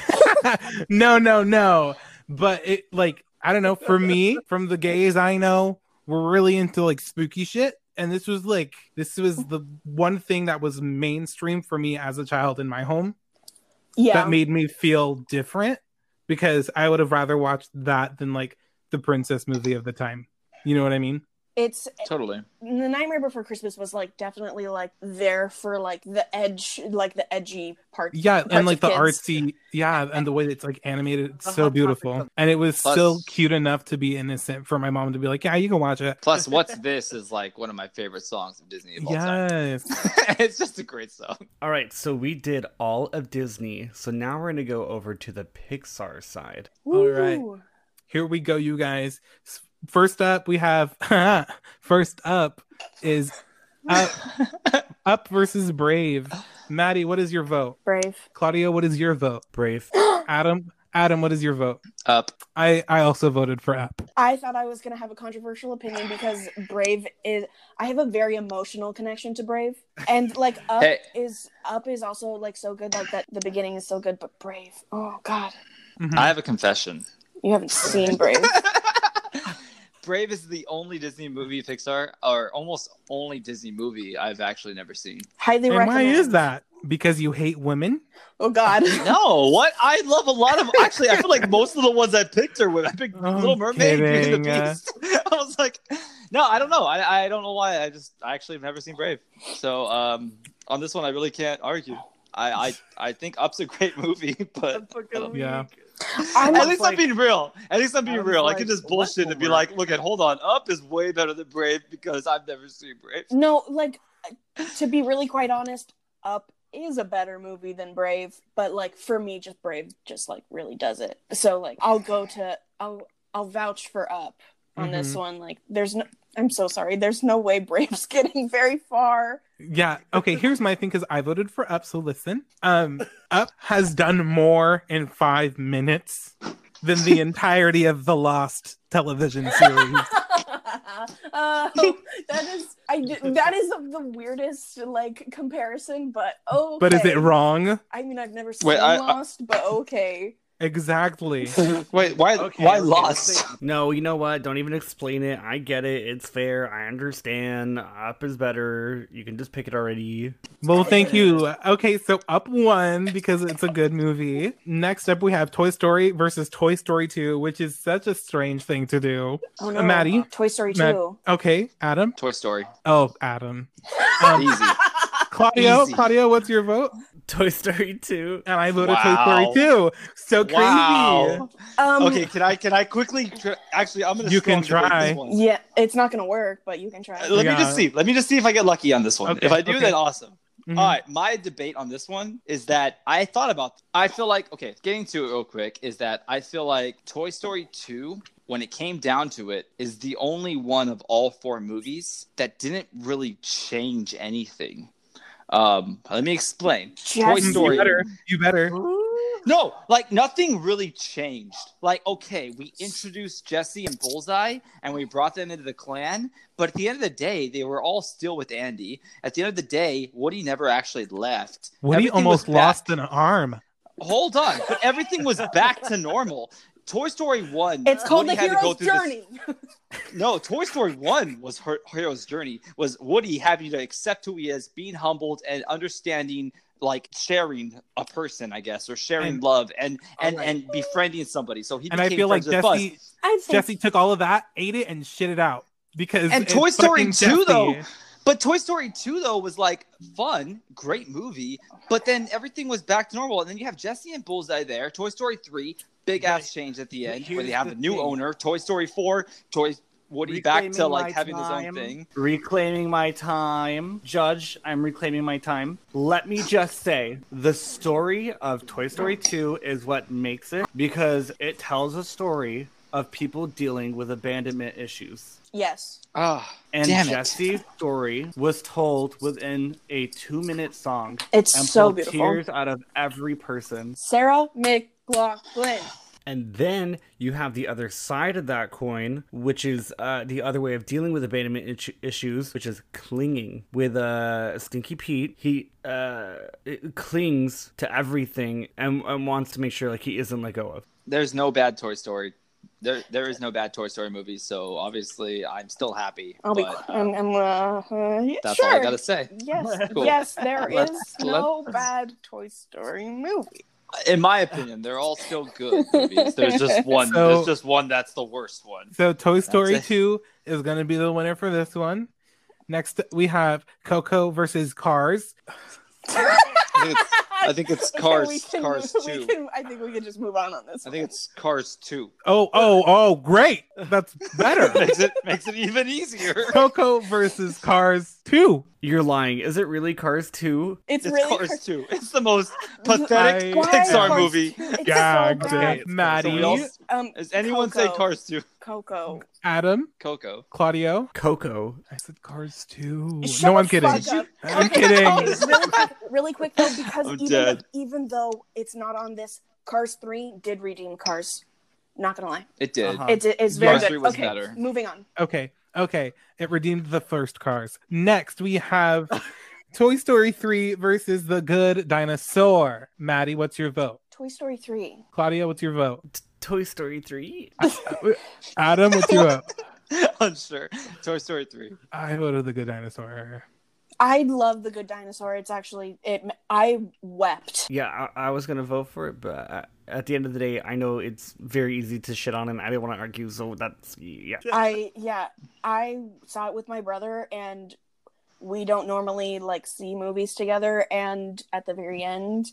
Speaker 1: no, no, no. But it like I don't know. For me, from the gays I know, we're really into like spooky shit, and this was like this was the one thing that was mainstream for me as a child in my home
Speaker 4: Yeah,
Speaker 1: that made me feel different because I would have rather watched that than like the princess movie of the time. You know what I mean?
Speaker 4: it's
Speaker 3: Totally.
Speaker 4: the Nightmare Before Christmas was like definitely like there for like the edge, like the edgy part.
Speaker 1: yeah
Speaker 4: parts
Speaker 1: and like
Speaker 4: of
Speaker 1: the
Speaker 4: kids. Uh-huh,
Speaker 1: artsy yeah and the way it's like animated it's
Speaker 2: The
Speaker 1: so
Speaker 2: hot
Speaker 1: beautiful
Speaker 2: topic.
Speaker 1: and it was still
Speaker 3: Plus-
Speaker 1: cute enough to be innocent for my mom to be like yeah you can watch it
Speaker 3: Plus, what's this is like one of my favorite songs of Disney of all time.
Speaker 1: yes
Speaker 3: it's just a great song.
Speaker 2: All right, so we did all of Disney. So now we're going to go over to the Pixar side.
Speaker 1: All right.
Speaker 4: Woo.
Speaker 1: here we go you guys S- first up we have first up is up, up versus brave maddie what is your vote
Speaker 4: Brave.
Speaker 1: claudio what is your vote
Speaker 2: Brave.
Speaker 1: adam adam what is your vote
Speaker 3: Up.
Speaker 1: i i also voted for up
Speaker 4: I thought I was going to have a controversial opinion because Brave is I have a very emotional connection to Brave. And like Up
Speaker 3: Hey.
Speaker 4: is Up is also like so good like that the beginning is so good but Brave. Oh god.
Speaker 1: Mhm.
Speaker 3: I have a confession.
Speaker 4: You haven't seen Brave.
Speaker 3: Brave is the only Disney movie Pixar, or almost only Disney movie I've actually never seen.
Speaker 4: Highly
Speaker 1: and why
Speaker 4: recommend.
Speaker 1: is that because you hate women
Speaker 4: Oh god.
Speaker 3: No, what I love a lot of actually, I feel like most of the ones I picked are with I picked
Speaker 1: I'm
Speaker 3: Little Mermaid, Beauty and
Speaker 1: kidding, uh.
Speaker 3: the Beast. I was like, no, I don't know, I, I don't know why. I just I actually have never seen Brave, so um, on this one I really can't argue. I I, I think Up's a great movie, but
Speaker 2: fucking
Speaker 1: Yeah.
Speaker 2: weak.
Speaker 4: I'm
Speaker 3: at least
Speaker 2: like-
Speaker 3: I'm being real. At least I'm being
Speaker 2: I was
Speaker 3: real. I
Speaker 2: like,
Speaker 3: can just
Speaker 2: what
Speaker 3: bullshit
Speaker 2: will
Speaker 3: and be
Speaker 2: work?
Speaker 3: like, look at, hold on, Up is way better than Brave because I've never seen Brave.
Speaker 4: no like to be really quite honest, Up is a better movie than Brave, but like for me, just Brave just like really does it. So like I'll go to I'll I'll vouch for Up on this
Speaker 1: Mhm.
Speaker 4: one. Like there's no I'm so sorry. There's no way Brave's getting very far.
Speaker 1: Yeah. Okay. Here's my thing because I voted for Up. So listen, um, Up has done more in five minutes than the entirety of the Lost television series.
Speaker 4: Oh, that is I did- that is the weirdest like comparison, but oh.
Speaker 1: But is it wrong?
Speaker 4: I mean, I've never seen
Speaker 3: Wait, I- I-
Speaker 4: Lost, but okay.
Speaker 1: Exactly.
Speaker 3: Wait, why
Speaker 2: Okay,
Speaker 3: why
Speaker 2: okay,
Speaker 3: Lost?
Speaker 2: let's say- No, you know what? Don't even explain it. I get it. It's fair. I understand. Up is better. You can just pick it already.
Speaker 1: Well, thank you. Okay, so up one because it's a good movie. Next up, we have Toy Story versus Toy Story 2, which is such a strange thing to do.
Speaker 4: Oh
Speaker 1: Uh, Maddie?
Speaker 4: Toy Story
Speaker 1: Mad-
Speaker 4: two.
Speaker 1: Okay, Adam.
Speaker 3: Toy Story.
Speaker 1: Oh, Adam. Um,
Speaker 3: Easy.
Speaker 1: Claudio,
Speaker 3: Easy.
Speaker 1: Claudio, what's your vote?
Speaker 2: Toy Story 2.
Speaker 1: And I voted
Speaker 3: Wow.
Speaker 1: Toy Story 2. So crazy.
Speaker 3: Wow.
Speaker 4: Um,
Speaker 3: Okay, can I can I quickly? tr- Actually, I'm gonna.
Speaker 1: You
Speaker 3: scroll
Speaker 1: can
Speaker 3: to break this
Speaker 1: try.
Speaker 3: one.
Speaker 4: Yeah, it's not gonna work, but you can try.
Speaker 3: Let me
Speaker 1: Yeah.
Speaker 3: just see. Let me just see if I get lucky on this one.
Speaker 1: Okay,
Speaker 3: if I do,
Speaker 1: okay.
Speaker 3: then awesome.
Speaker 1: Mhm.
Speaker 3: All right, my debate on this one is that I thought about. I feel like okay, getting to it real quick is that I feel like Toy Story two, when it came down to it, is the only one of all four movies that didn't really change anything. Um, let me explain. Toy
Speaker 4: Just-
Speaker 3: Story.
Speaker 1: You better. You better.
Speaker 3: No, like nothing really changed. Like, okay, we introduced Jesse and Bullseye and we brought them into the clan, but at the end of the day, they were all still with Andy. At the end of the day, Woody never actually left.
Speaker 1: Woody
Speaker 3: Everything was
Speaker 1: almost
Speaker 3: back-
Speaker 1: lost an arm.
Speaker 3: Hold on, but everything was back to normal. Toy Story 1.
Speaker 4: It's called
Speaker 3: Woody
Speaker 4: the
Speaker 3: had to go
Speaker 4: hero's
Speaker 3: through this-
Speaker 4: journey.
Speaker 3: no, Toy Story 1 was her hero's journey, was Woody having to accept who he is, being humbled, and understanding like sharing a person i guess or sharing
Speaker 1: And-
Speaker 3: love and
Speaker 2: Oh,
Speaker 3: and
Speaker 1: Alright.
Speaker 3: and befriending somebody so he
Speaker 1: And I
Speaker 3: became
Speaker 1: feel like
Speaker 3: friends with Buzz.
Speaker 1: Jesse
Speaker 4: I think
Speaker 1: Jesse took all of that, ate it, and shit it out. Because
Speaker 3: And
Speaker 1: it's
Speaker 3: Toy
Speaker 1: fucking
Speaker 3: Story 2 though,
Speaker 1: Jesse.
Speaker 3: But Toy Story 2 though was like fun, great movie, but then everything was back to normal. And then you have Jesse and Bullseye there. Toy Story 3, big ass change at the
Speaker 2: but
Speaker 3: end where they
Speaker 2: here's
Speaker 3: have
Speaker 2: the
Speaker 3: a new
Speaker 2: thing.
Speaker 3: owner. Toy Story 4, Toy Woody back to
Speaker 2: Reclaiming my
Speaker 3: like having his
Speaker 2: time.
Speaker 3: own thing.
Speaker 2: Reclaiming my time. Judge, I'm reclaiming my time. Let me just say the story of Toy Story 2 is what makes it because it tells a story of people dealing with abandonment issues.
Speaker 4: yes.
Speaker 3: Ah,
Speaker 2: And
Speaker 3: Damn it.
Speaker 2: Jesse's story was told within a two minute song
Speaker 4: It's
Speaker 2: and
Speaker 4: so
Speaker 2: pulled
Speaker 4: beautiful.
Speaker 2: tears out of every person.
Speaker 4: Sarah McLaughlin.
Speaker 2: And then you have the other side of that coin, which is uh, the other way of dealing with abandonment itch- issues, which is clinging. With uh, Stinky Pete, he uh, it- clings to everything and, and wants to make sure like he isn't let go of.
Speaker 3: there's no bad Toy Story. There there is no bad Toy Story movie, so obviously I'm still happy.
Speaker 4: I'll be.
Speaker 3: but
Speaker 4: I'm. I'm uh, uh, yeah,
Speaker 3: that's
Speaker 4: sure.
Speaker 3: all I got to say.
Speaker 4: Yes.
Speaker 3: Cool.
Speaker 4: Yes. There is
Speaker 3: Let's-
Speaker 4: no bad Toy Story movie.
Speaker 3: In my opinion, they're all still good movies. There's just one
Speaker 1: So-
Speaker 3: there's just one that's the worst one.
Speaker 1: So Toy Story
Speaker 3: it.
Speaker 1: 2 is going to be the winner for this one. Next we have Coco versus Cars.
Speaker 3: I think it's, I think it's Cars
Speaker 4: we can,
Speaker 3: Cars
Speaker 4: we
Speaker 3: 2.
Speaker 4: can- I think we can just move on on this.
Speaker 3: I think it's Cars 2.
Speaker 1: Oh, oh, oh, great. That's better.
Speaker 3: makes it makes it even easier.
Speaker 1: Coco versus Cars 2.
Speaker 2: You're lying. Is it really Cars 2?
Speaker 4: it's,
Speaker 3: It's
Speaker 4: really
Speaker 3: Cars 2. It's the most pathetic
Speaker 1: Why
Speaker 3: Pixar
Speaker 4: Cars
Speaker 3: movie.
Speaker 4: 2? It's
Speaker 1: God
Speaker 4: so
Speaker 1: damn.
Speaker 4: bad.
Speaker 1: It's Maddie.
Speaker 3: So we all-
Speaker 4: Um,
Speaker 3: does anyone say
Speaker 4: Coco.
Speaker 3: Cars 2?
Speaker 4: Coco.
Speaker 1: Adam,
Speaker 3: Coco.
Speaker 1: Claudio.
Speaker 2: Coco.
Speaker 1: I said Cars 2.
Speaker 4: Shut
Speaker 1: no,
Speaker 4: the
Speaker 1: I'm kidding.
Speaker 4: fuck up.
Speaker 1: I'm
Speaker 4: Okay,
Speaker 1: kidding.
Speaker 4: okay, Really quick, really quick though, because
Speaker 3: I'm
Speaker 4: even,
Speaker 3: dead.
Speaker 4: even though it's not on this, Cars 3 did redeem Cars. Not gonna lie.
Speaker 3: It did.
Speaker 1: Uh,
Speaker 2: Uh-huh.
Speaker 4: It, it's very
Speaker 3: Cars
Speaker 4: good.
Speaker 3: 3 was
Speaker 4: okay,
Speaker 3: better.
Speaker 4: moving on.
Speaker 1: Okay. Okay. It redeemed the first Cars. Next we have Toy Story 3 versus The Good Dinosaur. Maddie, what's your vote?
Speaker 4: Toy Story 3.
Speaker 1: Claudia, what's your vote?
Speaker 2: Toy Story 3?
Speaker 1: Adam, what's your vote?
Speaker 3: Uh-huh. Unsure. Toy Story 3.
Speaker 1: I voted The Good Dinosaur.
Speaker 4: I love The Good Dinosaur. It's actually it. I wept.
Speaker 2: Yeah, I, I was gonna vote for it, but uh, at the end of the day, I know it's very easy to shit on, and I didn't want to argue. So that's yeah.
Speaker 4: I yeah. I saw it with my brother, and we don't normally like see movies together and at the very end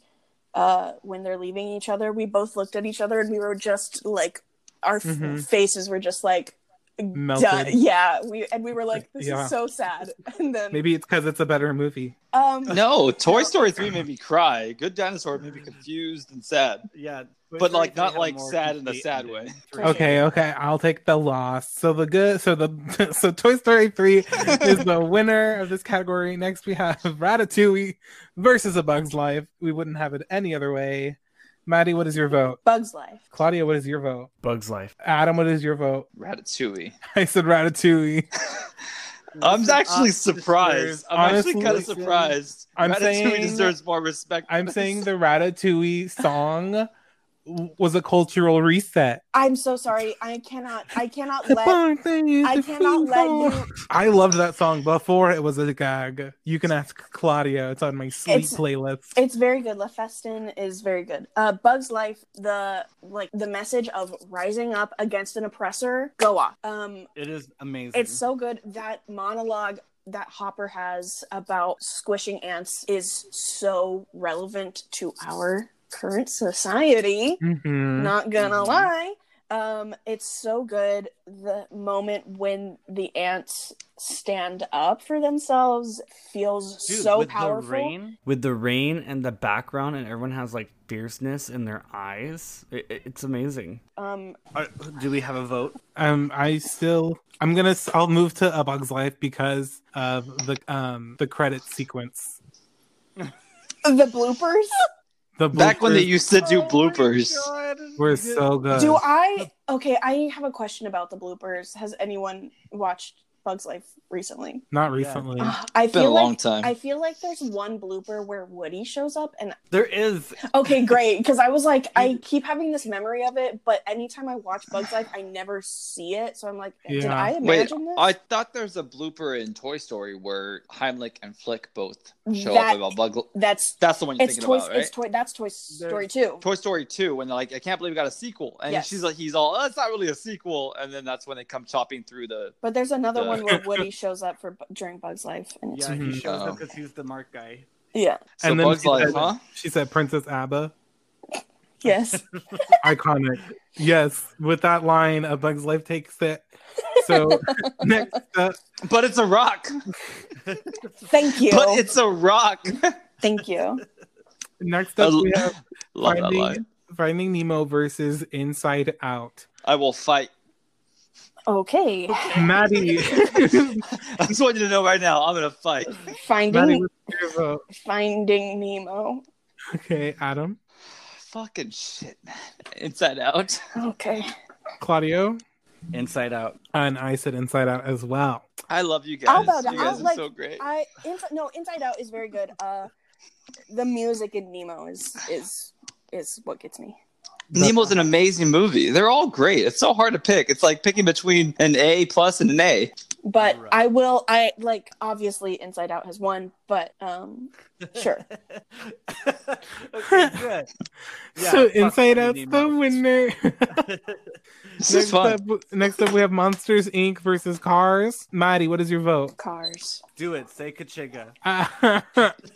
Speaker 4: uh when they're leaving each other we both looked at each other and we were just like our f-
Speaker 1: Mhm.
Speaker 4: faces were just like done.
Speaker 1: Melted.
Speaker 4: yeah we and we were like this
Speaker 1: Yeah.
Speaker 4: is so sad and then
Speaker 1: Maybe it's because it's a better movie.
Speaker 4: um
Speaker 3: No, Toy Story 3 made me cry. Good Dinosaur made me confused and sad.
Speaker 2: Yeah,
Speaker 3: But, like, not, like, sad in a sad way.
Speaker 1: Okay, okay, I'll take the loss. So the good, so the so Toy Story three is the winner of this category. Next we have Ratatouille versus A Bug's Life. We wouldn't have it any other way. Maddie, what is your vote?
Speaker 4: bugs life
Speaker 1: Claudia, what is your vote?
Speaker 2: Bugs Life.
Speaker 1: Adam, what is your vote?
Speaker 3: Ratatouille.
Speaker 1: I said Ratatouille.
Speaker 3: I'm
Speaker 2: Listen up,
Speaker 3: actually
Speaker 2: sisters.
Speaker 3: surprised. I'm actually
Speaker 1: Honestly,
Speaker 3: kind of
Speaker 1: listen.
Speaker 3: surprised.
Speaker 1: I'm
Speaker 3: Ratatouille
Speaker 1: saying-
Speaker 3: deserves more respect.
Speaker 1: I'm saying the Ratatouille song w- was a cultural reset.
Speaker 4: i'm so sorry i cannot i cannot
Speaker 1: The
Speaker 4: let
Speaker 1: barn thing is
Speaker 4: i
Speaker 1: the
Speaker 4: cannot let
Speaker 1: food
Speaker 4: you
Speaker 1: I loved that song before it was a gag. You can ask Claudia. It's on my sleep
Speaker 4: It's-
Speaker 1: playlist.
Speaker 4: It's very good. Lefestin is very good. Uh, Bug's Life, the like the message of rising up against an oppressor, go off. Um,
Speaker 2: It is amazing.
Speaker 4: it's so good. That monologue that Hopper has about squishing ants is so relevant to our current society.
Speaker 2: Mm-hmm.
Speaker 1: Mhm.
Speaker 4: Not gonna
Speaker 3: Mhm.
Speaker 4: lie. Um, it's so good. The moment when the ants stand up for themselves feels
Speaker 2: Dude,
Speaker 4: so
Speaker 2: with
Speaker 4: powerful.
Speaker 2: The rain, with the rain and the background, and everyone has like fierceness in their eyes. It, it- it's amazing.
Speaker 4: Um,
Speaker 2: do we have a vote?
Speaker 1: Um, I still, I'm gonna, s- I'll move to A Bug's Life because of the um the credit sequence.
Speaker 4: the bloopers.
Speaker 1: The
Speaker 3: back when they
Speaker 1: bloopers
Speaker 3: used to
Speaker 4: Oh
Speaker 2: Oh
Speaker 3: do bloopers.
Speaker 1: were so good.
Speaker 3: Uh,
Speaker 4: Do I? Okay, I have a question about the bloopers. Has anyone watched Bugs Life recently?
Speaker 1: Not
Speaker 2: Yeah.
Speaker 1: recently.
Speaker 4: Ah, I
Speaker 3: It's been a
Speaker 4: feel
Speaker 3: long
Speaker 4: like
Speaker 3: time.
Speaker 4: I feel like there's one blooper where Woody shows up, and
Speaker 2: There is.
Speaker 4: okay, great, because I was like, I keep having this memory of it, but anytime I watch Bugs Life, I never see it, so I'm like, did
Speaker 1: Yeah.
Speaker 4: I
Speaker 3: Wait,
Speaker 4: imagine
Speaker 3: I thought there's a blooper in Toy Story where Heimlich and Flick both
Speaker 4: this?
Speaker 3: show
Speaker 4: That
Speaker 3: up about Bug.
Speaker 4: that's
Speaker 3: That's the one you're
Speaker 4: it's
Speaker 3: thinking
Speaker 4: toy.
Speaker 3: about, right?
Speaker 4: It's toy. That's Toy Story two.
Speaker 3: Toy Story 2 when they're like, I can't believe we got a sequel. And
Speaker 4: Yes.
Speaker 3: she's like, he's all, oh, it's not really a sequel. And then that's when they come chopping through the.
Speaker 4: But there's another
Speaker 3: the-
Speaker 4: one where Woody shows up for during Bugs Life, and it's
Speaker 2: Yeah, he
Speaker 1: Mhm.
Speaker 2: shows
Speaker 3: Oh.
Speaker 2: up because he's the mark guy.
Speaker 4: yeah.
Speaker 3: So
Speaker 1: And then
Speaker 3: Bugs
Speaker 1: she
Speaker 3: Life,
Speaker 1: said-
Speaker 3: huh?
Speaker 1: She said Princess Abba,
Speaker 4: yes.
Speaker 1: iconic. yes, with that line, A Bug's Life takes it. So next up,
Speaker 3: But it's a rock.
Speaker 4: Thank you.
Speaker 3: But it's a rock.
Speaker 4: Thank you.
Speaker 1: next up
Speaker 3: I
Speaker 1: we have
Speaker 3: Love that line.
Speaker 1: Finding, Finding Nemo versus Inside Out.
Speaker 3: I will fight.
Speaker 4: Okay.
Speaker 1: Maddie,
Speaker 3: I just want you to know right now, I'm going to fight.
Speaker 1: Maddie,
Speaker 4: Finding
Speaker 1: what's your vote?
Speaker 4: Finding Nemo.
Speaker 1: Okay, Adam,
Speaker 3: Fucking shit, man. Inside Out.
Speaker 4: Okay.
Speaker 1: Claudio,
Speaker 2: Inside Out.
Speaker 1: and I said Inside Out as well.
Speaker 3: I love you
Speaker 4: How
Speaker 3: guys.
Speaker 4: about-
Speaker 3: you guys
Speaker 4: I'll,
Speaker 3: are
Speaker 4: like,
Speaker 3: so great.
Speaker 4: I inside no Inside Out is very good. Uh, the music in Nemo is is is what gets me.
Speaker 3: Nemo's an amazing movie. They're all great. It's so hard to pick. It's like picking between an A plus and an A.
Speaker 4: But
Speaker 2: Right.
Speaker 4: I will. I like obviously Inside Out has won, but um, sure.
Speaker 2: okay, good. Yeah,
Speaker 1: so
Speaker 2: fuck
Speaker 1: Inside
Speaker 2: Finding
Speaker 1: Out's the
Speaker 2: Nemo.
Speaker 1: winner.
Speaker 3: This is
Speaker 1: next,
Speaker 3: fun.
Speaker 1: up, next up, we have Monsters Inc. versus Cars. Maddie, what is your vote?
Speaker 4: Cars.
Speaker 2: Do it. Say Kachiga.
Speaker 1: Uh,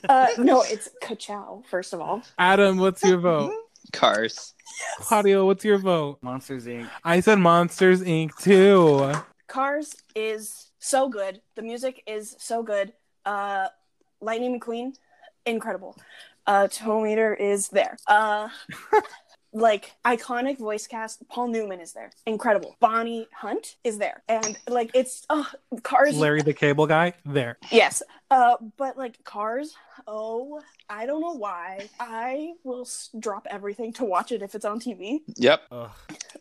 Speaker 4: Uh, no, it's Kachow. First of all,
Speaker 1: Adam, what's your vote?
Speaker 3: Cars.
Speaker 1: Claudio, what's your vote?
Speaker 2: Monsters Inc.
Speaker 1: I said Monsters Inc. too.
Speaker 4: Cars is so good. The music is so good. Uh, Lightning McQueen, incredible. Uh, Tone Leader is there. Uh, like iconic voice cast. Paul Newman is there. Incredible. Bonnie Hunt is there, and like it's oh, Cars.
Speaker 1: Larry the Cable Guy, there.
Speaker 4: Yes. Uh, but like Cars. Oh, I don't know why. I will s- drop everything to watch it if it's on TV.
Speaker 3: Yep.
Speaker 2: Ugh.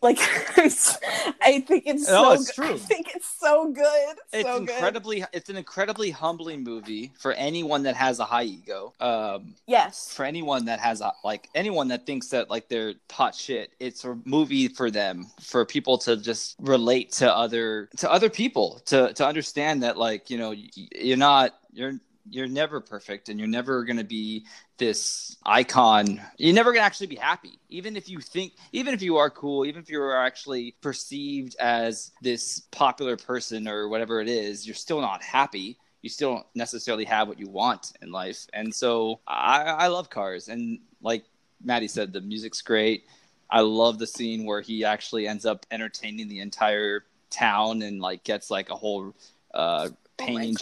Speaker 4: Like, I think it's
Speaker 3: No,
Speaker 4: so.
Speaker 3: Oh, it's
Speaker 4: good. I
Speaker 3: true.
Speaker 4: think it's so good.
Speaker 3: It's
Speaker 4: so good.
Speaker 3: incredibly. It's an incredibly humbling movie for anyone that has a high ego. Um,
Speaker 4: Yes.
Speaker 3: for anyone that has a, like anyone that thinks that like they're hot shit. It's a movie for them, for people to just relate to other to other people, to to understand that like you know y- you're not you're you're never perfect and you're never going to be this icon you're never going to actually be happy even if you think even if you are cool even if you are actually perceived as this popular person or whatever it is you're still not happy you still don't necessarily have what you want in life. And so I, I love cars. And like Maddie said, the music's great. I love the scene where he actually ends up entertaining the entire town and like gets like a whole uh, painting
Speaker 4: Oh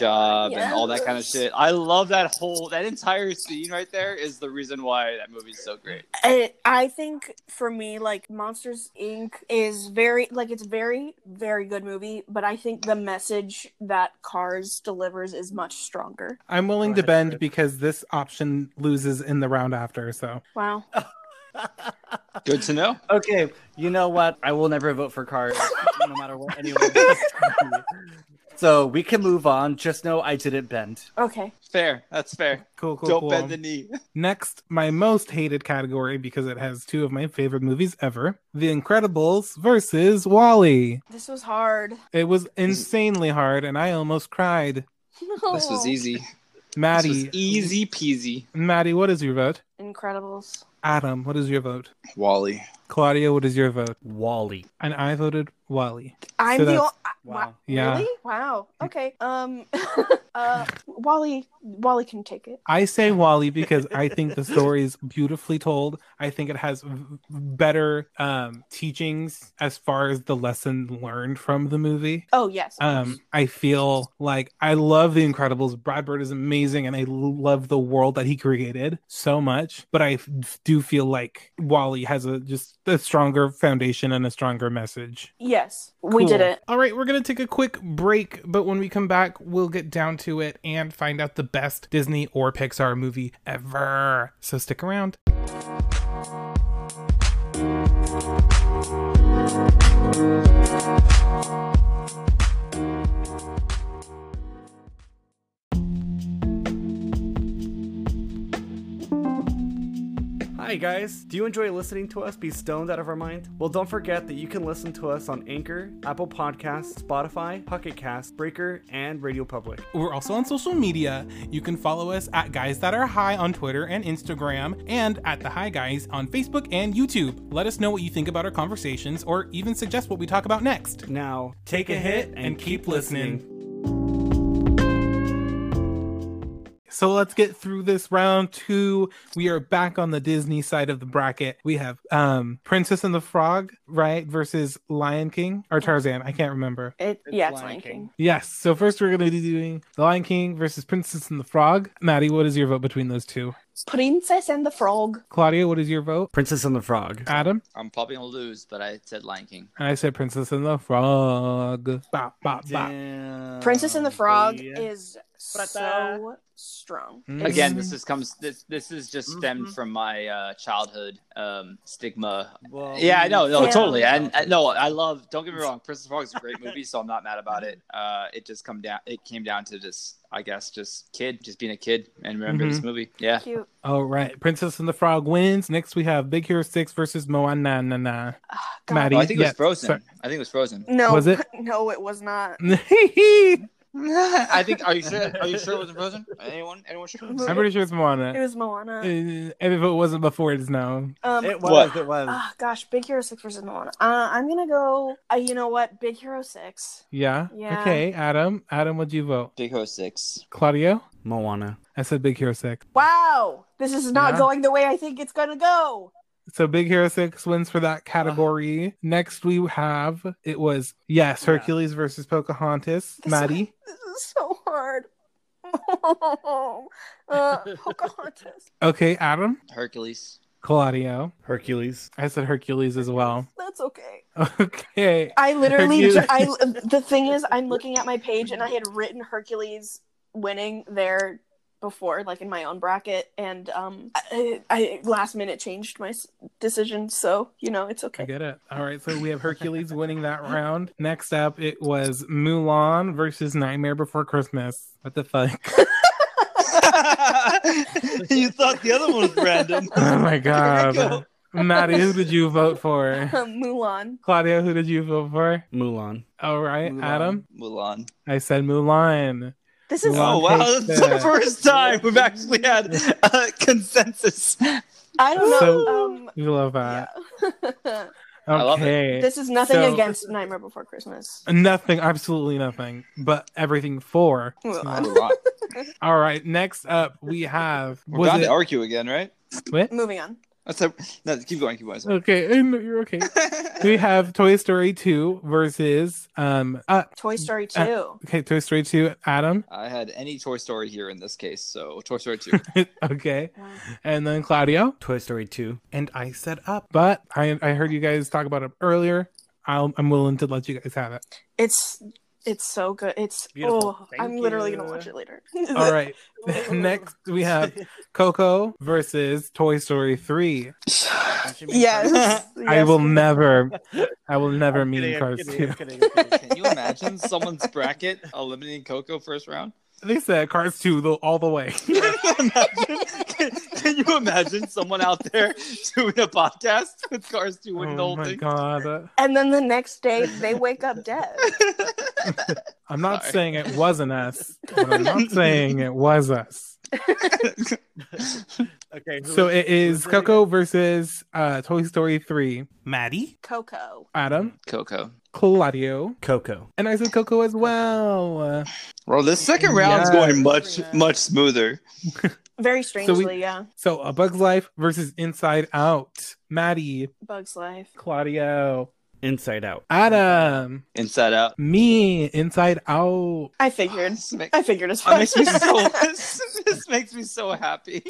Speaker 3: job
Speaker 4: God,
Speaker 3: and all that kind of
Speaker 4: yes.
Speaker 3: shit. I love that whole that entire scene right there is the reason why that movie's so great.
Speaker 4: I, I think for me, like Monsters Inc. is very like it's very very good movie, but I think the message that Cars delivers is much stronger.
Speaker 1: I'm willing to
Speaker 2: Go ahead,
Speaker 1: bend
Speaker 2: Sid.
Speaker 1: because this option loses in the round after. So
Speaker 4: Wow.
Speaker 3: Good to know.
Speaker 2: okay, you know what? I will never vote for cars, no matter what anyone. says. so we can move on. Just know I didn't bend.
Speaker 4: Okay.
Speaker 3: Fair. That's fair.
Speaker 1: cool, cool,
Speaker 3: Don't
Speaker 1: cool.
Speaker 3: bend the knee.
Speaker 1: Next, my most hated category because it has two of my favorite movies ever: The Incredibles versus Wally.
Speaker 4: This was hard.
Speaker 1: It was insanely hard, and I almost cried.
Speaker 3: This was easy. This was
Speaker 1: Maddie,
Speaker 3: easy peasy.
Speaker 1: Maddie, what is your vote?
Speaker 4: Incredibles.
Speaker 1: Adam, what is your vote?
Speaker 3: Wally.
Speaker 1: Claudia, what is your vote?
Speaker 2: Wally.
Speaker 1: And I voted Wally.
Speaker 4: I'm the
Speaker 1: that's-
Speaker 4: o- I- wow.
Speaker 2: Wow.
Speaker 1: Yeah, Mm.
Speaker 4: Really? Wow. Okay. Um. uh. Wally. Wally can take it.
Speaker 1: I say Wally because I think the story is beautifully told. I think it has v- better um, teachings as far as the lesson learned from the movie.
Speaker 4: Oh yes.
Speaker 1: Um, I feel like I love The Incredibles. Brad Bird is amazing, and I love the world that he created so much. But I f- do feel like Wally has a just a stronger foundation and a stronger message.
Speaker 4: yes. We did
Speaker 1: Cool.
Speaker 4: it.
Speaker 1: All right, we're going to take a quick break, but when we come back, we'll get down to it and find out the best Disney or Pixar movie ever. So stick around.
Speaker 2: Hi, guys. Do you enjoy listening to us be stoned out of our mind? Well, don't forget that you can listen to us on Anchor, Apple Podcasts, Spotify, Pocket Cast, Breaker, and Radio Public.
Speaker 1: We're also on social media. You can follow us at Guys That Are High on Twitter and Instagram, and at The High Guys on Facebook and YouTube. Let us know what you think about our conversations or even suggest what we talk about next.
Speaker 2: Now, take a hit and, keep listening.
Speaker 1: So let's get through this round two. We are back on the Disney side of the bracket. We have um Princess and the Frog, right, versus Lion King or Tarzan. I can't remember.
Speaker 4: It.
Speaker 2: It's
Speaker 4: yeah. It's
Speaker 2: Lion
Speaker 4: Lion King.
Speaker 2: King.
Speaker 1: Yes. So first we're gonna be doing the Lion King versus Princess and the Frog. Maddie, what is your vote between those two?
Speaker 4: Princess and the Frog.
Speaker 1: Claudia, what is your vote?
Speaker 2: Princess and the Frog.
Speaker 1: Adam?
Speaker 3: I'm probably gonna lose, but I said Lion King.
Speaker 1: And I said Princess and the Frog. Bop, bop, bop.
Speaker 2: Damn.
Speaker 4: Princess
Speaker 1: Oh,
Speaker 4: and the Frog
Speaker 2: Yeah.
Speaker 4: is so
Speaker 2: Prata.
Speaker 4: strong.
Speaker 1: Mm.
Speaker 4: It's-
Speaker 3: Again, this is comes this this is just stemmed
Speaker 2: Mhm.
Speaker 3: from my uh, childhood um, stigma.
Speaker 2: Well,
Speaker 3: Oh, Yeah, I know, no,
Speaker 4: Yeah.
Speaker 3: totally, and I, no, I love. Don't get me wrong, Princess and the Frog is a great movie, so I'm not mad about it. Uh, it just come down, it came down to just, I guess, just kid, just being a kid and remember
Speaker 1: Mm-hmm.
Speaker 3: this movie. Yeah,
Speaker 4: cute.
Speaker 1: All right. Princess and the Frog wins. Next we have Big Hero Six versus Moana. Na, na.
Speaker 4: Ah, God.
Speaker 1: Maddie.
Speaker 3: oh, I think it was
Speaker 1: Yeah,
Speaker 3: Frozen.
Speaker 1: sorry.
Speaker 3: I think it was Frozen.
Speaker 4: No.
Speaker 1: Was it?
Speaker 4: No, it was not.
Speaker 3: I think. Are you sure? Are you sure it wasn't Frozen? Anyone? Anyone sure?
Speaker 1: I'm pretty sure it's Moana.
Speaker 4: It was Moana.
Speaker 1: Uh, and if it wasn't before, it's now.
Speaker 4: um,
Speaker 2: It was.
Speaker 3: What?
Speaker 2: It was.
Speaker 4: ah, gosh, Big Hero Six versus Moana. Uh, I'm gonna go. Uh, you know what? Big Hero Six.
Speaker 1: Yeah.
Speaker 4: Yeah.
Speaker 1: Okay, Adam. Adam, what'd you vote?
Speaker 3: Big Hero Six.
Speaker 1: Claudio?
Speaker 2: Moana.
Speaker 1: I said Big Hero 6.
Speaker 4: Wow, this is not
Speaker 1: Yeah.
Speaker 4: going the way I think it's gonna go.
Speaker 1: So Big Hero 6 wins for that category. Next, we have it was, yes,
Speaker 2: Yeah.
Speaker 1: Hercules versus Pocahontas.
Speaker 4: This-
Speaker 1: Maddie?
Speaker 4: This is so hard. uh, Pocahontas.
Speaker 1: Okay, Adam?
Speaker 3: Hercules.
Speaker 1: Claudio?
Speaker 2: Hercules.
Speaker 1: I said Hercules as well.
Speaker 4: That's okay.
Speaker 1: Okay.
Speaker 4: I literally,
Speaker 1: Hercules.
Speaker 4: I the thing is, I'm looking at my page and I had written Hercules winning there before, like in my own bracket, and um, I, I last minute changed my s- decision, so you know it's
Speaker 1: I
Speaker 4: okay.
Speaker 1: get it. All right, so we have Hercules winning that round. Next up, it was Mulan versus Nightmare Before Christmas. What the fuck?
Speaker 3: you thought the other one was random.
Speaker 1: oh my god.
Speaker 3: go.
Speaker 1: Maddie, who did you vote for?
Speaker 4: Um, Mulan.
Speaker 1: Claudia, who did you vote for?
Speaker 2: Mulan.
Speaker 1: All right,
Speaker 2: Mulan.
Speaker 1: Adam.
Speaker 3: Mulan.
Speaker 1: I said Mulan.
Speaker 4: This is.
Speaker 1: Mulan.
Speaker 3: Oh wow, that's
Speaker 1: takes
Speaker 3: the
Speaker 1: the-
Speaker 3: first time we've actually had a consensus.
Speaker 4: I don't know.
Speaker 1: So-
Speaker 4: um,
Speaker 1: We love that.
Speaker 4: yeah.
Speaker 3: I love it.
Speaker 1: Okay.
Speaker 4: This is nothing
Speaker 1: So-
Speaker 4: against Nightmare Before Christmas.
Speaker 1: Nothing, absolutely nothing, but everything for.
Speaker 4: Well,
Speaker 1: Smile.
Speaker 3: A lot.
Speaker 1: All right, next up we have.
Speaker 3: We're
Speaker 1: was
Speaker 3: bound
Speaker 1: it-
Speaker 3: to argue again, right?
Speaker 1: What?
Speaker 4: Moving on.
Speaker 3: That's a, no, keep going, keep going.
Speaker 1: Okay, I know you're okay.
Speaker 3: Uh,
Speaker 1: we have Toy Story 2 versus um uh
Speaker 4: Toy Story 2.
Speaker 1: Uh, okay, Toy Story 2 Adam.
Speaker 3: I had any Toy Story here in this case, so Toy Story 2.
Speaker 1: okay.
Speaker 4: Wow.
Speaker 1: And then Claudio.
Speaker 2: Toy Story 2. And I set up.
Speaker 1: But I I heard you guys talk about it earlier. I'll, I'm willing to let you guys have it.
Speaker 4: It's it's so good. It's
Speaker 2: Beautiful.
Speaker 4: oh,
Speaker 2: Thank
Speaker 4: I'm literally gonna
Speaker 2: you.
Speaker 4: watch it later.
Speaker 1: All right. Next we have Coco versus Toy Story 3.
Speaker 2: That should be
Speaker 4: Yes.
Speaker 2: fun.
Speaker 4: yes.
Speaker 1: I will never I will never
Speaker 2: I'm
Speaker 1: mean
Speaker 2: kidding, I'm
Speaker 1: Cars
Speaker 2: kidding,
Speaker 1: 2.
Speaker 2: I'm kidding, I'm kidding.
Speaker 3: Can you imagine someone's bracket eliminating Coco first round?
Speaker 1: They said Cars 2 the, all the way.
Speaker 3: Can you imagine, can, can you imagine someone out there doing a podcast with Cars 2 winning the
Speaker 1: oh
Speaker 3: whole
Speaker 1: my
Speaker 3: thing?
Speaker 1: god.
Speaker 4: And then the next day they wake up dead.
Speaker 1: I'm not
Speaker 3: Sorry.
Speaker 1: saying it wasn't us. But I'm not saying it was us.
Speaker 2: Okay. who
Speaker 1: So
Speaker 2: is-
Speaker 1: it
Speaker 2: who's
Speaker 1: is
Speaker 2: ready?
Speaker 1: Coco versus uh, Toy Story 3.
Speaker 2: Maddie?
Speaker 4: Coco.
Speaker 1: Adam,
Speaker 3: Coco.
Speaker 1: Claudio,
Speaker 2: Coco.
Speaker 1: and I said Coco as well.
Speaker 3: Well, this second round's
Speaker 1: Yes.
Speaker 3: going much, much smoother.
Speaker 4: Very strangely, yeah.
Speaker 1: So A Bug's Life versus Inside Out. Maddie,
Speaker 4: Bug's life.
Speaker 1: Claudio,
Speaker 2: Inside Out.
Speaker 1: Adam,
Speaker 3: Inside out.
Speaker 1: me, Inside Out.
Speaker 4: I figured.
Speaker 3: This makes,
Speaker 4: I figured as
Speaker 3: that makes
Speaker 4: much.
Speaker 3: me so. This, this makes me so happy.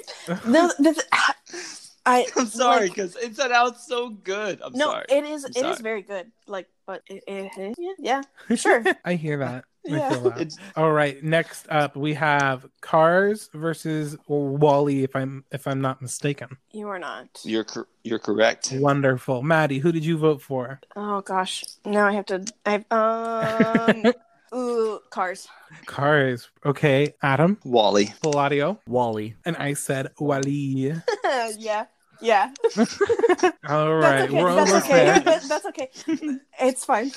Speaker 4: no, the, I
Speaker 3: I'm sorry
Speaker 4: like,
Speaker 3: because Inside Out's so good. I'm
Speaker 4: no,
Speaker 3: sorry.
Speaker 4: it is
Speaker 3: I'm
Speaker 4: it is
Speaker 3: sorry.
Speaker 4: very good. Like, but it, it, it- yeah, yeah, sure.
Speaker 1: I hear that. I
Speaker 4: Yeah.
Speaker 1: feel that.
Speaker 3: It's-
Speaker 1: All right. Next up, we have Cars versus Wally. If I'm if I'm not mistaken.
Speaker 4: you are not.
Speaker 3: you're cor- you're correct.
Speaker 1: Wonderful, Maddie. Who did you vote for?
Speaker 4: Oh gosh, now I have to. I um. ooh, cars.
Speaker 1: Cars. Okay. Adam,
Speaker 3: Wally.
Speaker 1: Claudio,
Speaker 2: Wally.
Speaker 1: and I said Wally.
Speaker 4: yeah, yeah.
Speaker 1: All
Speaker 4: That's
Speaker 1: right,
Speaker 4: okay.
Speaker 1: we're
Speaker 4: That's
Speaker 1: almost
Speaker 4: okay.
Speaker 1: there.
Speaker 4: That's okay. It's fine.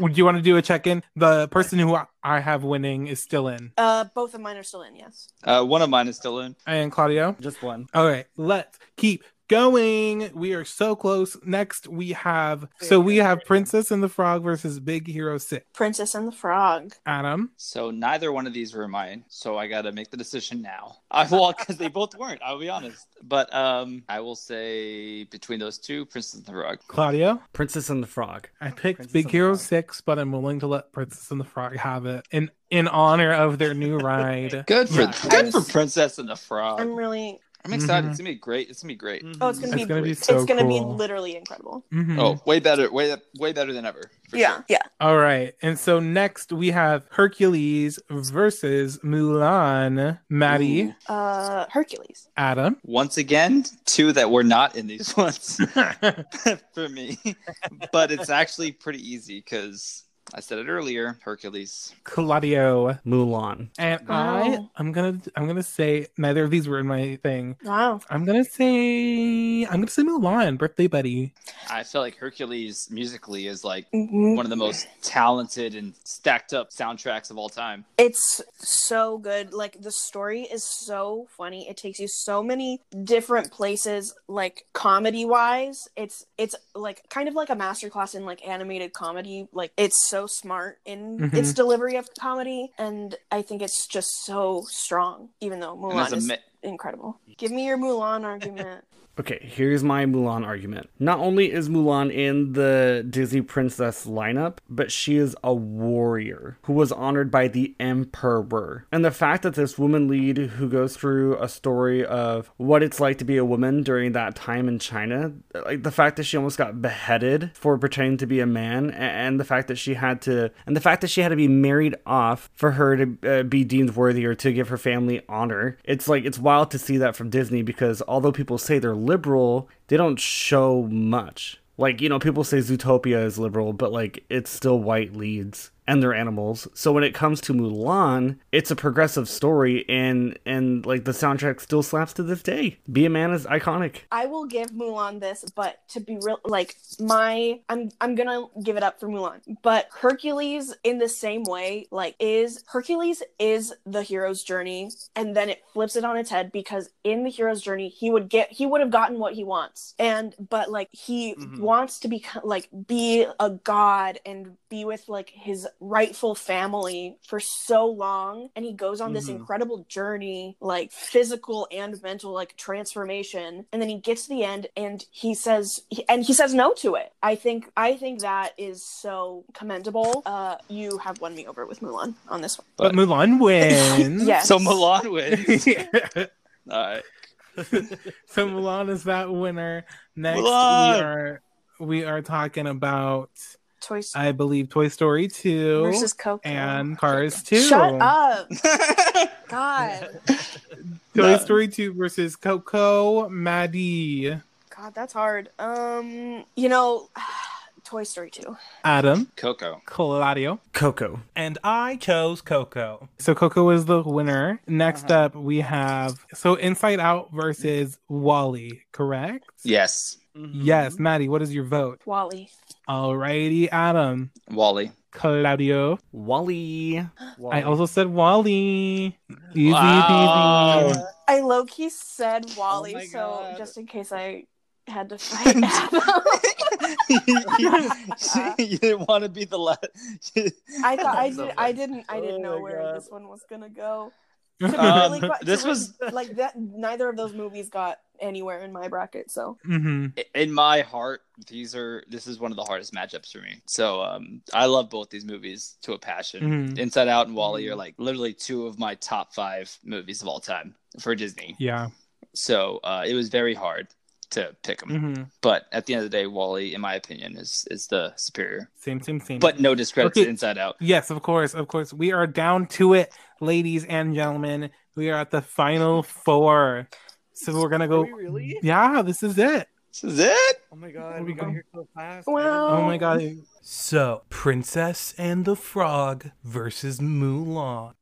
Speaker 1: Would you want to do a check in? The person who I have winning is still in,
Speaker 4: Uh, both of mine are still in. Yes.
Speaker 3: Uh, one of mine is still in.
Speaker 1: and Claudio.
Speaker 2: Just one.
Speaker 1: All right, let's keep going. We are so close. Next, we have so we have Princess and the Frog versus Big Hero Six.
Speaker 4: Princess and the Frog.
Speaker 1: Adam,
Speaker 3: So neither one of these were mine. So I got to make the decision now. I will because they both weren't. I'll be honest. But um, I will say between those two, Princess and the Frog.
Speaker 1: Claudio.
Speaker 2: Princess and the Frog.
Speaker 1: I picked
Speaker 2: Princess
Speaker 1: Big
Speaker 2: and the
Speaker 1: Hero
Speaker 2: Frog.
Speaker 1: Six, but I'm willing to let Princess and the Frog have it in in honor of their new ride.
Speaker 3: Good for
Speaker 2: Yeah.
Speaker 3: good for Princess and the Frog.
Speaker 4: I'm
Speaker 1: Uh,
Speaker 3: I'm,
Speaker 4: really.
Speaker 3: excited.
Speaker 1: Mhm.
Speaker 3: It's gonna be great. It's gonna be great.
Speaker 4: Oh, it's gonna
Speaker 1: It's
Speaker 4: be.
Speaker 1: gonna be
Speaker 3: It's
Speaker 1: so
Speaker 4: it's gonna be
Speaker 1: cool.
Speaker 4: literally incredible.
Speaker 1: Mhm.
Speaker 3: Oh, way better. Way way better than ever. for
Speaker 4: Yeah,
Speaker 3: sure.
Speaker 4: yeah.
Speaker 1: All right. And so next we have Hercules versus Mulan. Maddie,
Speaker 3: Ooh.
Speaker 4: Uh, Hercules.
Speaker 1: Adam.
Speaker 3: Once again, two that were not in these ones for me, but it's actually pretty easy because I said it earlier. Hercules.
Speaker 1: Claudio.
Speaker 2: Mulan.
Speaker 1: And I
Speaker 4: Wow.
Speaker 1: I'm gonna I'm gonna say neither of these were in my thing.
Speaker 4: Wow.
Speaker 1: I'm gonna say I'm gonna say Mulan, birthday buddy.
Speaker 3: I feel like Hercules musically is like
Speaker 4: Mhm.
Speaker 3: one of the most talented and stacked up soundtracks of all time.
Speaker 4: It's so good. Like the story is so funny. It takes you so many different places like comedy wise. It's it's like kind of like a masterclass in like animated comedy. Like it's so smart in
Speaker 1: Mhm.
Speaker 3: Mm-hmm.
Speaker 4: its delivery of comedy and I think it's just so strong even though
Speaker 3: And
Speaker 4: Mulan
Speaker 3: there's a
Speaker 4: is
Speaker 3: mi-
Speaker 4: incredible. Give me your Mulan argument.
Speaker 2: Okay, here's my Mulan argument. Not only is Mulan in the Disney princess lineup, but she is a warrior who was honored by the emperor. And the fact that this woman lead who goes through a story of what it's like to be a woman during that time in China, like the fact that she almost got beheaded for pretending to be a man, a- and the fact that she had to, and the fact that she had to be married off for her to uh, be deemed worthy or to give her family honor. It's like it's wild to see that from Disney because although people say they're liberal, they don't show much. Like, you know, people say Zootopia is liberal, but like it's still white leads. and their animals. So when it comes to Mulan, it's a progressive story and and like the soundtrack still slaps to this day. Be a Man is iconic.
Speaker 4: I will give Mulan this, but to be real, like my, I'm I'm gonna give it up for Mulan. But Hercules, in the same way, like is Hercules is the hero's journey, and then it flips it on its head because in the hero's journey, he would get, he would have gotten what he wants, and but like he
Speaker 2: Mhm.
Speaker 4: wants to become like be a god and be with like his rightful family for so long, and he goes on this
Speaker 2: Mhm.
Speaker 4: incredible journey, like physical and mental, like transformation. And then he gets to the end and he says, he- and he says no to it. I think, I think that is so commendable. Uh, you have won me over with Mulan on this one.
Speaker 1: But Mulan wins.
Speaker 4: Yes.
Speaker 3: So Milan wins.
Speaker 1: Yeah.
Speaker 3: All right.
Speaker 1: so Milan is that winner. Next
Speaker 3: Mulan!
Speaker 1: we are we are talking about
Speaker 4: Toy Story
Speaker 1: I believe Toy Story 2
Speaker 4: versus Coco.
Speaker 1: and Cars 2.
Speaker 4: Shut up, God,
Speaker 1: Toy
Speaker 3: No.
Speaker 1: Story 2 versus Coco Maddie.
Speaker 4: God, that's hard. Um, you know, Toy Story two.
Speaker 1: Adam,
Speaker 3: Coco.
Speaker 1: Claudio,
Speaker 2: Coco.
Speaker 1: and I chose Coco. So Coco is the winner. Next
Speaker 3: Uh-huh.
Speaker 1: up we have so Inside Out versus Wally, correct?
Speaker 3: Yes.
Speaker 1: Yes, Maddie, what is your vote?
Speaker 4: Wally.
Speaker 1: Alrighty, Adam.
Speaker 3: Wally.
Speaker 1: Claudio.
Speaker 2: Wally.
Speaker 1: I also said Wally. Easy
Speaker 3: Wow.
Speaker 1: peasy.
Speaker 4: I low key said Wally,
Speaker 3: Oh my
Speaker 4: so
Speaker 3: God.
Speaker 4: just in case I had to fight. Adam.
Speaker 3: you didn't want to be the last.
Speaker 4: I thought
Speaker 3: That's
Speaker 4: I did.
Speaker 3: so
Speaker 4: I
Speaker 3: funny.
Speaker 4: didn't. I
Speaker 3: Oh
Speaker 4: didn't know
Speaker 3: my
Speaker 4: where
Speaker 3: God.
Speaker 4: this one was gonna go.
Speaker 3: Um,
Speaker 4: Really fu- to
Speaker 3: this
Speaker 4: really-
Speaker 3: was-
Speaker 4: like that. Neither of those movies got anywhere in my bracket. So
Speaker 1: hmm
Speaker 3: in my heart these are this is one of the hardest matchups for me so um i love both these movies to a passion
Speaker 1: Mhm.
Speaker 3: inside out and wally are like literally two of my top five movies of all time for disney
Speaker 1: Yeah.
Speaker 3: so uh it was very hard to pick them
Speaker 1: hmm
Speaker 3: but at the end of the day wally in my opinion is is the superior
Speaker 1: Same, same, same.
Speaker 3: but no discredit to
Speaker 1: Okay.
Speaker 3: inside out
Speaker 1: yes, of course, of course. We are down to it, ladies and gentlemen. We are at the final four. So we're gonna go.
Speaker 2: really?
Speaker 1: Yeah, this is it.
Speaker 3: this is it
Speaker 2: Oh my god,
Speaker 1: we got
Speaker 2: here so fast.
Speaker 4: Wow.
Speaker 1: Oh my god.
Speaker 5: So, Princess and the Frog versus Mulan.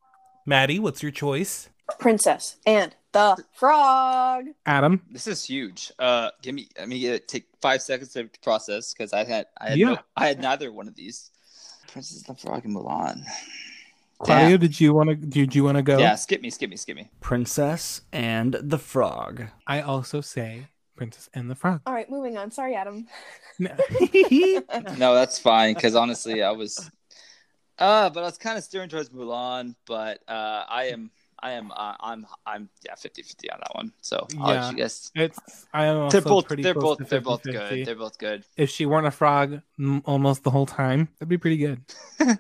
Speaker 5: Maddie, what's your choice?
Speaker 4: Princess and the Frog.
Speaker 1: Adam.
Speaker 3: this is huge uh give me let me get, take five seconds to process because i had i had, no,
Speaker 1: Yeah.
Speaker 3: I had neither one of these princess and the frog and mulan
Speaker 1: Claudio, did you wanna did you wanna go?
Speaker 3: yeah skip me skip me skip me
Speaker 2: Princess and the Frog.
Speaker 1: I also say Princess and the Frog.
Speaker 4: All right, moving on. Sorry, Adam.
Speaker 1: No.
Speaker 3: No, that's fine because honestly, I was, uh, but I was kind of steering towards Mulan, but uh, I am, I am, uh, I'm, I'm, yeah, 50 50 on that one. So I'll let
Speaker 1: Yeah.
Speaker 3: you guys.
Speaker 1: It's I am also
Speaker 3: They're both,
Speaker 1: pretty
Speaker 3: they're
Speaker 1: close
Speaker 3: both,
Speaker 1: to
Speaker 3: they're both
Speaker 1: 50-50.
Speaker 3: good. They're both good.
Speaker 1: If she weren't a frog m- almost the whole time, that'd be pretty good.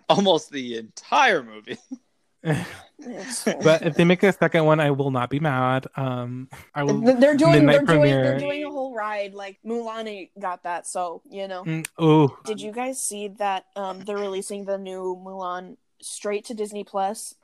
Speaker 3: Almost the entire movie.
Speaker 1: but if they make a second one, I will not be mad. Um, I will.
Speaker 4: Th- they're doing. They're
Speaker 1: Midnight
Speaker 4: doing. They're
Speaker 1: premiere.
Speaker 4: doing a whole ride. Like Mulan got that. So you know.
Speaker 1: Mm, oh,
Speaker 4: Did you guys see that um they're releasing the new Mulan straight to Disney Plus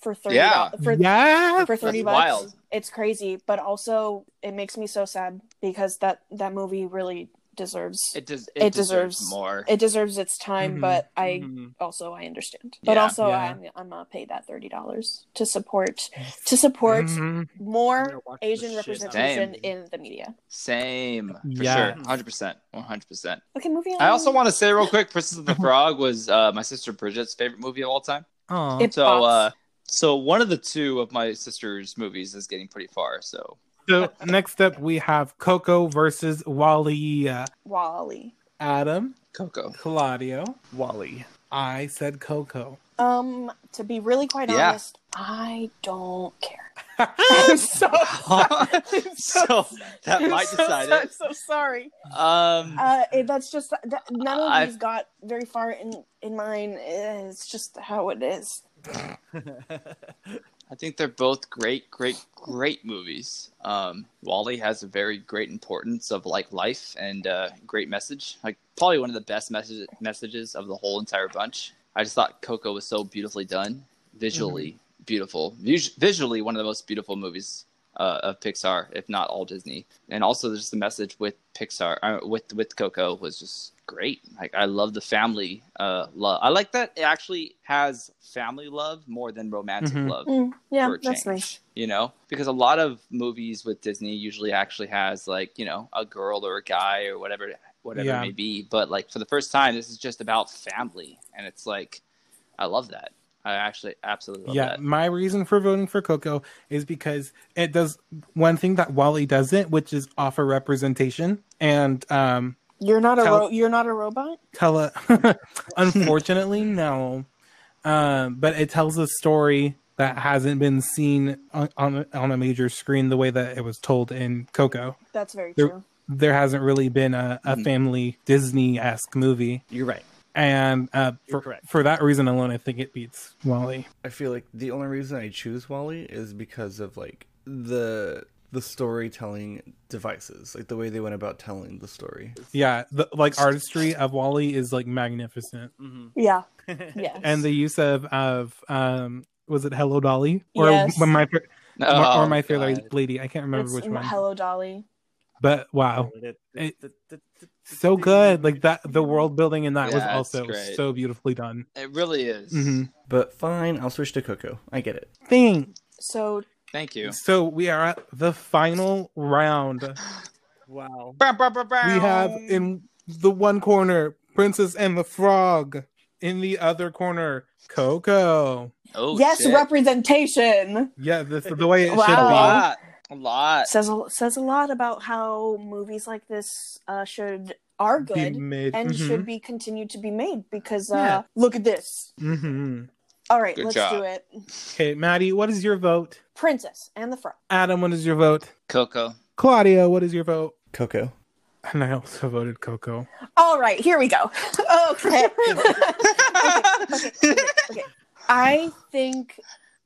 Speaker 4: for thirty
Speaker 3: Yeah.
Speaker 4: for
Speaker 1: yeah.
Speaker 4: for 30
Speaker 3: That's
Speaker 4: bucks.
Speaker 3: wild.
Speaker 4: It's crazy, but also it makes me so sad because that that movie really deserves it,
Speaker 3: It does.
Speaker 4: It deserves-
Speaker 3: more.
Speaker 4: deserves its time,
Speaker 1: Mhm,
Speaker 4: but I
Speaker 2: Mhm.
Speaker 4: also I understand. But
Speaker 3: Yeah.
Speaker 4: also
Speaker 1: Yeah.
Speaker 4: I'm I'm gonna pay that $30 to support to support
Speaker 1: Mhm.
Speaker 2: I'm gonna
Speaker 4: more
Speaker 2: watch the
Speaker 4: Asian
Speaker 2: shit out of
Speaker 4: representation
Speaker 3: Same.
Speaker 4: in the media.
Speaker 3: Same. For
Speaker 1: Yeah.
Speaker 3: sure. 100 percent. 100 percent.
Speaker 4: Okay, moving on.
Speaker 3: I also want to say real quick, Princess and the Frog was uh, my sister Bridget's favorite movie of all time.
Speaker 1: Aw.
Speaker 4: It-
Speaker 3: So,
Speaker 4: Fox.
Speaker 3: uh, so one of the two of my sister's movies is getting pretty far. So,
Speaker 1: so next up we have Coco versus Wally. uh,
Speaker 4: Wally.
Speaker 1: Adam,
Speaker 3: Coco.
Speaker 1: Claudio.
Speaker 2: Wally.
Speaker 1: I said Coco.
Speaker 4: Um to be really quite
Speaker 3: Yeah.
Speaker 4: honest, I don't care.
Speaker 1: so
Speaker 3: so that might decide
Speaker 4: I'm
Speaker 3: it.
Speaker 4: so sorry.
Speaker 3: Um,
Speaker 4: uh, it, that's just that, none of
Speaker 3: I've-
Speaker 4: these got very far in in mine. It's just how it is.
Speaker 3: I think they're both great, great, great movies. Um, Wally has a very great importance of like life and uh, great message. Like probably one of the best message- messages of the whole entire bunch. I just thought Coco was so beautifully done, visually beautiful, Vis- visually one of the most beautiful movies uh, of Pixar, if not all Disney. And also, just the message with Pixar uh, with with Coco was just great. Like I love the family uh, love. I like that it actually has family love more than romantic
Speaker 1: Mhm.
Speaker 3: love.
Speaker 4: Mm, yeah,
Speaker 3: for a
Speaker 4: that's
Speaker 3: change,
Speaker 4: nice.
Speaker 3: You know, because a lot of movies with Disney usually actually has like you know a girl or a guy or whatever whatever
Speaker 1: Yeah.
Speaker 3: it may be. But like for the first time, this is just about family, and it's like I love that. I actually absolutely love
Speaker 1: yeah,
Speaker 3: that.
Speaker 1: my reason for voting for Coco is because it does one thing that Wally doesn't, which is offer representation and um
Speaker 4: You're not a
Speaker 1: Tell-
Speaker 4: ro- you're not a robot.
Speaker 1: tell a unfortunately no. Um but it tells a story that hasn't been seen on, on on a major screen the way that it was told in Coco.
Speaker 4: That's very
Speaker 1: There-
Speaker 4: true.
Speaker 1: There hasn't really been a, a
Speaker 3: Mhm.
Speaker 1: family Disney esque movie.
Speaker 2: You're right.
Speaker 1: And uh,
Speaker 2: You're
Speaker 1: for,
Speaker 2: correct.
Speaker 1: for that reason alone, I think it beats Wally.
Speaker 2: I feel like the only reason I choose Wally is because of like the the storytelling devices, like the way they went about telling the story.
Speaker 1: Yeah, the like artistry of Wally is like magnificent,
Speaker 2: Mm-hmm.
Speaker 4: Yeah. Yes.
Speaker 1: and the use of of um was it Hello Dolly or
Speaker 4: Yes.
Speaker 1: my Fair-
Speaker 3: Oh,
Speaker 1: or My Fair
Speaker 3: God.
Speaker 1: Lady- Lady? I can't remember
Speaker 4: It's-
Speaker 1: which one.
Speaker 4: Hello, Dolly.
Speaker 1: But wow, so good! Like that, the world building in that was
Speaker 3: Yeah, it's
Speaker 1: also
Speaker 3: great.
Speaker 1: so beautifully done.
Speaker 3: It really is.
Speaker 1: Mhm.
Speaker 2: But fine, I'll switch to Coco. I get it.
Speaker 1: Thing.
Speaker 4: So
Speaker 3: Thank you.
Speaker 1: So we are at the final round.
Speaker 2: Wow.
Speaker 1: We have in the one corner Princess and the Frog. In the other corner, Coco.
Speaker 3: oh
Speaker 4: yes,
Speaker 3: shit.
Speaker 4: representation
Speaker 1: Yeah, this is the way it
Speaker 3: a
Speaker 4: Wow.
Speaker 1: should
Speaker 3: lot, a
Speaker 1: Uh,
Speaker 3: lot.
Speaker 4: says a, says a lot about how movies like this uh, should are
Speaker 1: be.
Speaker 4: good
Speaker 1: Be made.
Speaker 4: and
Speaker 1: Mhm.
Speaker 4: should be continued to be made because uh,
Speaker 1: Yeah.
Speaker 4: look at this.
Speaker 1: Mm-hmm.
Speaker 4: All right,
Speaker 3: Good
Speaker 4: let's
Speaker 3: job.
Speaker 4: do it.
Speaker 1: Okay, Maddie, what is your vote?
Speaker 4: Princess and the Frog.
Speaker 1: Adam, what is your vote?
Speaker 3: Coco.
Speaker 1: Claudia, what is your vote?
Speaker 2: Coco.
Speaker 1: And I also voted Coco.
Speaker 4: All right, here we go. okay. okay, okay, okay. I think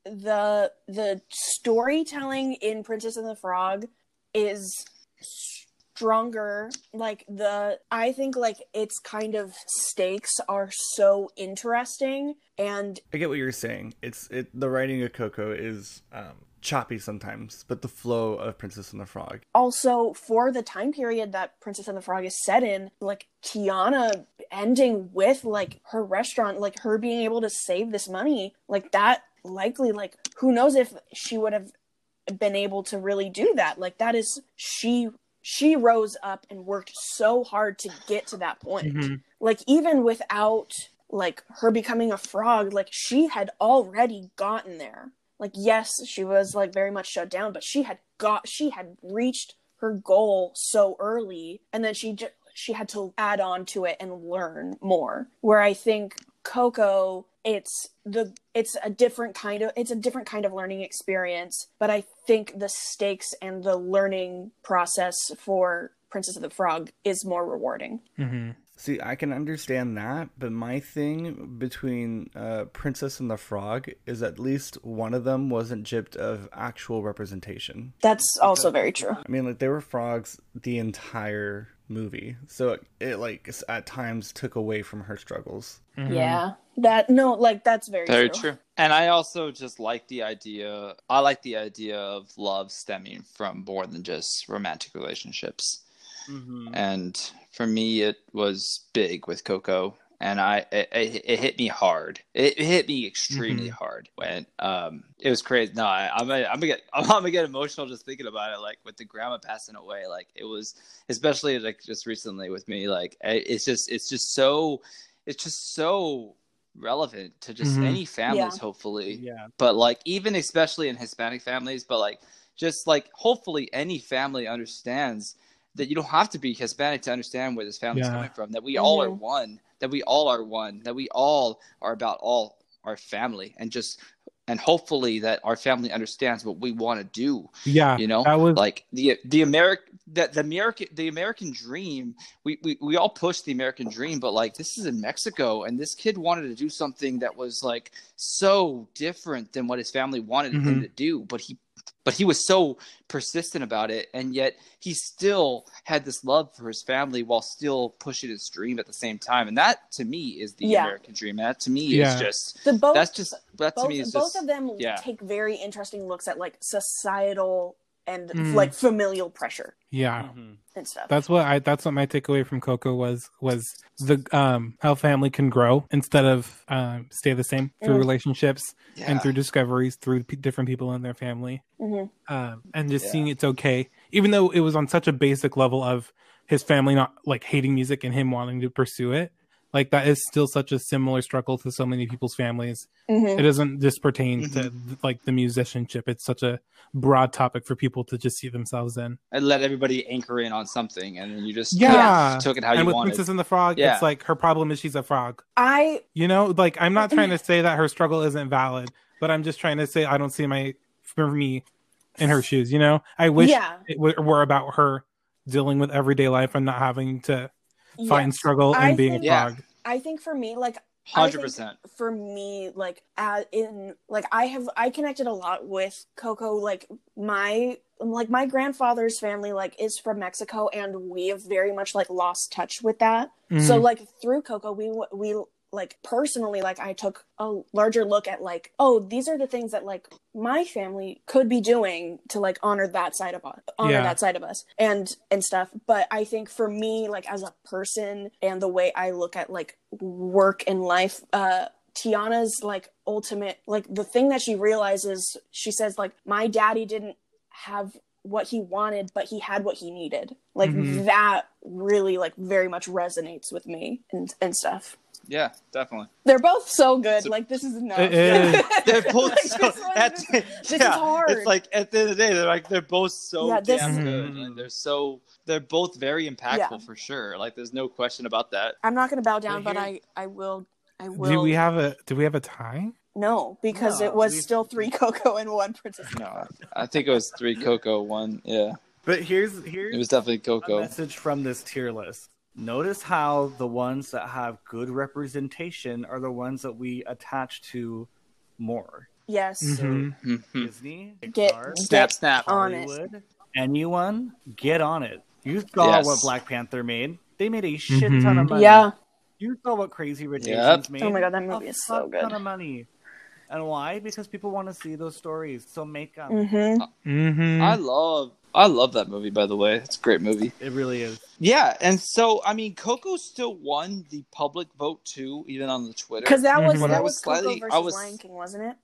Speaker 4: the the storytelling in Princess and the Frog is stronger. Like the I think like its kind of stakes are so interesting and
Speaker 2: I get what you're saying. It's it. The writing of Coco is um, choppy sometimes, but the flow of Princess and the Frog.
Speaker 4: also for the time period that Princess and the Frog is set in, like Tiana ending with like her restaurant, like her being able to save this money, like that likely like who knows if she would have been able to really do that. Like that is she she rose up and worked so hard to get to that point.
Speaker 1: Mhm.
Speaker 4: Like even without like her becoming a frog, like she had already gotten there. Like yes, she was like very much shut down, but she had got she had reached her goal so early and then she just she had to add on to it and learn more. Where I think Coco, it's the it's a different kind of it's a different kind of learning experience, but I think the stakes and the learning process for Princess of the Frog is more rewarding.
Speaker 1: Mhm.
Speaker 2: See, I can understand that, but my thing between uh, Princess and the Frog is at least one of them wasn't gypped of actual representation.
Speaker 4: That's also very true.
Speaker 2: I mean, like, there were frogs the entire movie, so it, it like, s- at times took away from her struggles.
Speaker 1: Mhm.
Speaker 4: Yeah. That no, like that's very,
Speaker 3: Mm-hmm. Very true. And I also just like the idea. I like the idea of love stemming from more than just romantic relationships. And for me, it was big with Coco, and I it, it, it hit me hard. It, it hit me extremely hard when um it was crazy. No, I, I'm gonna, I'm gonna get I'm gonna get emotional just thinking about it. Like with the grandma passing away, like it was especially like just recently with me. Like I- it's just it's just so it's just so relevant to just
Speaker 1: Mhm.
Speaker 3: any families
Speaker 4: Yeah.
Speaker 3: hopefully
Speaker 1: Yeah.
Speaker 3: but like even especially in Hispanic families, but like just like hopefully any family understands that you don't have to be Hispanic to understand where this family's
Speaker 1: Yeah.
Speaker 3: coming from. That we all are
Speaker 4: Mhm.
Speaker 3: one. That we all are one. That we all are about all our family and just and hopefully that our family understands what we want to do.
Speaker 1: Yeah.
Speaker 3: You know,
Speaker 1: That was
Speaker 3: like the the American that the American the American dream. We, we we all push the American dream, but like this is in Mexico, and this kid wanted to do something that was like so different than what his family wanted him
Speaker 1: Mhm.
Speaker 3: to do, but he but he was so persistent about it, and yet he still had this love for his family while still pushing his dream at the same time, and that to me is the
Speaker 4: Yeah.
Speaker 3: American dream. That to me
Speaker 1: Yeah.
Speaker 3: is just
Speaker 4: The both
Speaker 3: that's just that to
Speaker 4: both,
Speaker 3: me is
Speaker 4: both
Speaker 3: just
Speaker 4: of them
Speaker 3: yeah.
Speaker 4: take very interesting looks at like societal and
Speaker 1: Mm.
Speaker 4: like familial pressure
Speaker 1: Yeah.
Speaker 2: Mhm.
Speaker 4: and stuff.
Speaker 1: That's what I that's what my takeaway from Coco was was the um how family can grow instead of um stay the same through
Speaker 4: Mm.
Speaker 1: relationships
Speaker 3: Yeah.
Speaker 1: and through discoveries through p- different people in their family.
Speaker 4: hmm
Speaker 1: um, and just
Speaker 3: Yeah.
Speaker 1: seeing it's okay, even though it was on such a basic level of his family not like hating music and him wanting to pursue it. Like that is still such a similar struggle to so many people's families.
Speaker 4: hmm
Speaker 1: It doesn't just pertain to
Speaker 3: Mm-hmm.
Speaker 1: like the musicianship. It's such a broad topic for people to just see themselves in.
Speaker 3: and let everybody anchor in on something, and then you just
Speaker 1: Yeah.
Speaker 3: kind of took it how
Speaker 1: and
Speaker 3: you
Speaker 1: with
Speaker 3: wanted.
Speaker 1: Princess and the Frog,
Speaker 3: Yeah.
Speaker 1: it's like her problem is she's a frog.
Speaker 4: I
Speaker 1: You know, like I'm not trying to say that her struggle isn't valid, but I'm just trying to say I don't see my for me in her shoes. You know, I wish
Speaker 4: yeah
Speaker 1: it were, were about her dealing with everyday life and not having to fight and
Speaker 4: yes.
Speaker 1: struggle
Speaker 4: I
Speaker 1: and being
Speaker 4: think-
Speaker 1: a
Speaker 3: Yeah.
Speaker 1: frog.
Speaker 4: I think for me, like I
Speaker 3: Hundred
Speaker 4: think-
Speaker 3: percent.
Speaker 4: for me like uh, in like i have i connected a lot with coco like my like my grandfather's family like is from mexico and we have very much like lost touch with that so
Speaker 1: Mhm.
Speaker 4: like through coco we w- we like personally like i took a larger look at like oh these are the things that like my family could be doing to like honor that side of us honor
Speaker 1: Yeah.
Speaker 4: that side of us and and stuff but i think for me like as a person and the way i look at like work and life uh tiana's like ultimate like the thing that she realizes she says like my daddy didn't have what he wanted but he had what he needed like
Speaker 3: Mm-hmm.
Speaker 1: Mhm.
Speaker 4: that really like very much resonates with me and and stuff
Speaker 3: Yeah, definitely.
Speaker 4: they're both so good
Speaker 3: So- eh,
Speaker 4: like this is enough
Speaker 1: It is.
Speaker 3: They're both
Speaker 4: Like,
Speaker 3: so.
Speaker 4: this one-
Speaker 3: that's,
Speaker 4: this
Speaker 3: yeah,
Speaker 4: is hard
Speaker 3: It's like at the end of the day, they're like they're both so
Speaker 4: Yeah, this-
Speaker 3: damn
Speaker 1: Mhm.
Speaker 3: good, and they're so they're both very impactful
Speaker 4: Yeah.
Speaker 3: for sure. Like there's no question about that.
Speaker 4: i'm not gonna bow down
Speaker 3: They're
Speaker 4: but i i will i will
Speaker 1: do we have a do we have a tie?
Speaker 4: no because
Speaker 2: No,
Speaker 4: it was
Speaker 2: we-
Speaker 4: still three coco and one princess
Speaker 3: No, I think it was three Coco, one. Yeah,
Speaker 2: But here's
Speaker 3: it
Speaker 2: here's
Speaker 3: was definitely
Speaker 2: a
Speaker 3: Coco.
Speaker 2: message from this tier list. Notice how the ones that have good representation are the ones that we attach to more.
Speaker 3: Mm-hmm.
Speaker 4: yes
Speaker 1: Mhm.
Speaker 3: Mhm.
Speaker 2: Disney,
Speaker 4: Get-
Speaker 2: Pixar,
Speaker 3: snap, snap.
Speaker 4: on it.
Speaker 2: Hollywood, anyone, get on it. You saw
Speaker 3: Yes.
Speaker 2: what Black Panther made. They made a shit ton of money.
Speaker 4: yeah
Speaker 2: You saw what Crazy Rich
Speaker 3: Yep.
Speaker 2: Asians made.
Speaker 4: Oh my God, that
Speaker 2: A
Speaker 4: movie is so
Speaker 2: fuck
Speaker 4: good.
Speaker 2: Ton of money. And why? Because people want to see those stories. So make them.
Speaker 4: mm-hmm.
Speaker 1: Mhm.
Speaker 3: I love, I love that movie. By the way, it's a great movie.
Speaker 2: It really is.
Speaker 3: Yeah, and so I mean, Coco still won the public vote too, even on the Twitter.
Speaker 4: because that was
Speaker 1: Mhm.
Speaker 4: that
Speaker 1: But I
Speaker 3: was
Speaker 4: was,
Speaker 3: slightly-
Speaker 4: coco
Speaker 3: I
Speaker 4: versus
Speaker 3: was-
Speaker 4: lion king wasn't it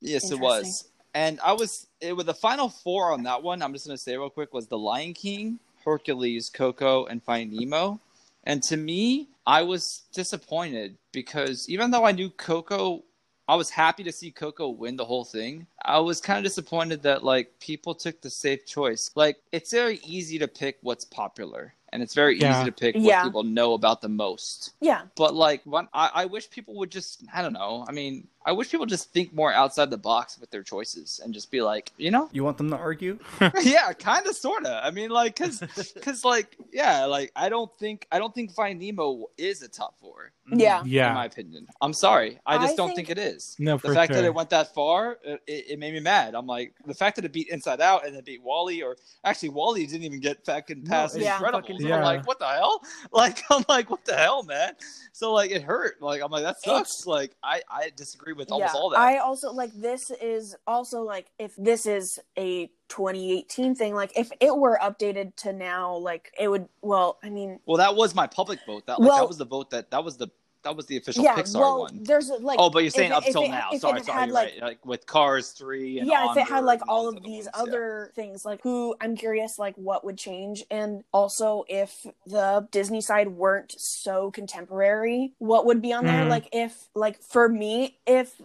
Speaker 3: Yes, it
Speaker 4: Interesting.
Speaker 3: was. And I was it with the final four on that one. I'm just gonna say real quick was the Lion King, Hercules, Coco, and Find Nemo. And to me, I was disappointed because even though I knew Coco, I was happy to see Coco win the whole thing. I was kind of disappointed that like people took the safe choice. Like it's very easy to pick what's popular, and it's very
Speaker 1: Yeah.
Speaker 3: easy to pick
Speaker 4: Yeah.
Speaker 3: what people know about the most
Speaker 4: yeah
Speaker 3: but like one I, I wish people would just i don't know i mean i wish people just think more outside the box with their choices and just be like you know
Speaker 2: You want them to argue?
Speaker 3: yeah kind of sort of i mean like because like yeah like i don't think i don't think find nemo is a top four
Speaker 2: Mm-hmm.
Speaker 4: yeah
Speaker 3: in my
Speaker 1: yeah.
Speaker 3: opinion i'm sorry i just
Speaker 4: I
Speaker 3: don't
Speaker 4: think-
Speaker 3: think, it is
Speaker 1: No,
Speaker 3: the
Speaker 1: for
Speaker 3: fact
Speaker 1: sure.
Speaker 3: that it went that far it, it made me mad i'm like the fact that it beat inside out and then beat wally or actually wally didn't even get fucking
Speaker 2: No,
Speaker 3: past
Speaker 4: it's
Speaker 3: incredible
Speaker 2: fucking-
Speaker 1: Yeah.
Speaker 3: i'm like what the hell like i'm like what the hell man so like it hurt like i'm like that sucks like i i disagree with almost all that
Speaker 4: I also like this is also like if this is a 2018 thing, like if it were updated to now, like it would. Well, I mean,
Speaker 3: well that was my public vote that like
Speaker 4: Well-
Speaker 3: that was the vote that that was the that was the official
Speaker 4: yeah.
Speaker 3: pixar
Speaker 4: well,
Speaker 3: one
Speaker 4: there's like
Speaker 3: Oh, but you're saying
Speaker 4: it-
Speaker 3: up
Speaker 4: if
Speaker 3: till
Speaker 4: it-
Speaker 3: now.
Speaker 4: if
Speaker 3: Sorry,
Speaker 4: it
Speaker 3: sorry,
Speaker 4: had,
Speaker 3: you're
Speaker 4: like-
Speaker 3: right. Like with Cars Three and
Speaker 4: yeah, if it had
Speaker 3: Onward
Speaker 4: like
Speaker 3: and
Speaker 4: all
Speaker 3: those
Speaker 4: of these
Speaker 3: ones, yeah.
Speaker 4: other things, like who I'm curious, like what would change, and also if the Disney side weren't so contemporary, what would be on there?
Speaker 1: Mhm.
Speaker 4: Like if, like for me, if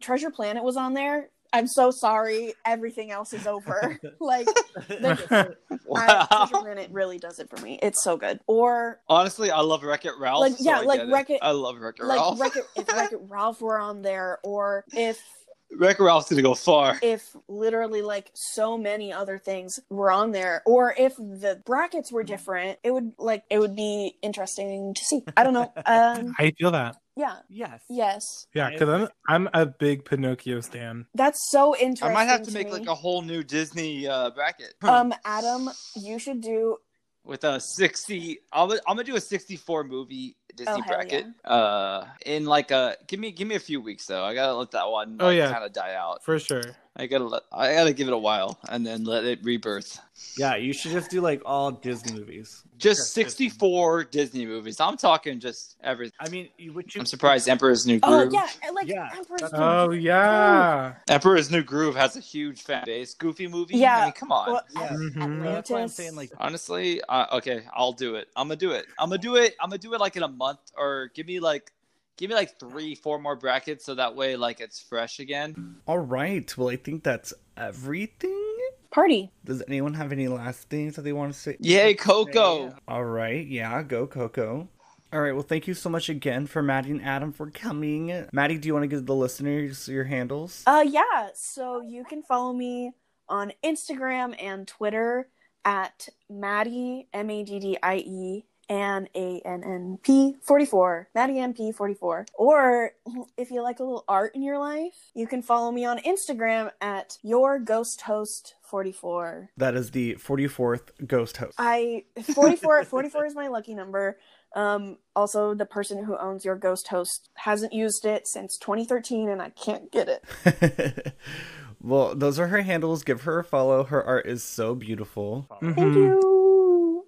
Speaker 4: Treasure Planet was on there, I'm so sorry, everything else is over. like the- I, Treasure
Speaker 3: Wow.
Speaker 4: Planet really does it for me. It's so good. Or
Speaker 3: Honestly, I love Wreck It Ralph.
Speaker 4: Like,
Speaker 3: so
Speaker 4: yeah,
Speaker 3: I
Speaker 4: like
Speaker 3: get it.
Speaker 4: Wreck-It-
Speaker 3: I love Wreck It
Speaker 4: like
Speaker 3: Ralph.
Speaker 4: Wreck It, if Wreck It Ralph were on there, or if
Speaker 3: Wreck It Ralph's gonna go far.
Speaker 4: if literally like so many other things were on there, or if the brackets were different, it would like it would be interesting to see. I don't know. Um,
Speaker 1: I feel that.
Speaker 4: yeah,
Speaker 2: Yes.
Speaker 4: yes,
Speaker 1: Yeah, because I'm I'm a big Pinocchio stan.
Speaker 4: that's so interesting.
Speaker 3: I might have to make
Speaker 4: me.
Speaker 3: like a whole new Disney uh, bracket
Speaker 4: um Adam. You should do
Speaker 3: with a sixty. I'm gonna, I'm gonna do a sixty-four movie Disney
Speaker 4: Oh, hell
Speaker 3: bracket. Uh, in like a give me give me a few weeks though. I gotta let that one
Speaker 1: Oh,
Speaker 3: like,
Speaker 1: yeah.
Speaker 3: kind of die out.
Speaker 1: For sure.
Speaker 3: I gotta let, I gotta give it a while and then let it rebirth.
Speaker 2: Yeah, you should just do like all Disney movies.
Speaker 3: Just
Speaker 2: Yes, yes.
Speaker 3: 64 Disney movies. I'm talking just everything.
Speaker 2: I mean, you- would you?
Speaker 3: I'm surprised Emperor's New
Speaker 4: Oh
Speaker 3: Groove.
Speaker 4: yeah, and, like
Speaker 2: Yeah,
Speaker 4: Emperor's
Speaker 2: that's-
Speaker 4: New
Speaker 1: Oh yeah.
Speaker 3: Emperor's New Groove has a huge fan base. Goofy movie. I
Speaker 4: Yeah,
Speaker 3: mean, come on.
Speaker 4: Well,
Speaker 2: Yeah.
Speaker 1: Mhm.
Speaker 2: That's why I'm
Speaker 4: Mm-hmm. Atlantis.
Speaker 2: saying like
Speaker 3: Honestly, uh, okay, I'll do it. I'm gonna do it. I'm gonna do it. I'm gonna do it like in a month or give me like give me like three, four more brackets so that way like it's fresh again.
Speaker 2: All right. Well, I think that's everything.
Speaker 4: party.
Speaker 2: Does anyone have any last things that they want to say?
Speaker 3: Yay, Coco!
Speaker 2: All right. Yeah, go Coco. All right. Well, thank you so much again for Maddie and Adam for coming. Maddie, do you want to give the listeners your handles?
Speaker 4: Uh yeah, so you can follow me on Instagram and Twitter at Maddie M A D D I E and A N N P 44 Maddie M P 44 or if you like a little art in your life, you can follow me on Instagram at your ghost host 44.
Speaker 2: that is the 44th ghost host.
Speaker 4: I 44 44 is my lucky number. Um also the person who owns your ghost host hasn't used it since 2013 and I can't get it.
Speaker 2: well, those are her handles. Give her a follow. Her art is so beautiful.
Speaker 4: Thank
Speaker 1: Mhm.
Speaker 4: you.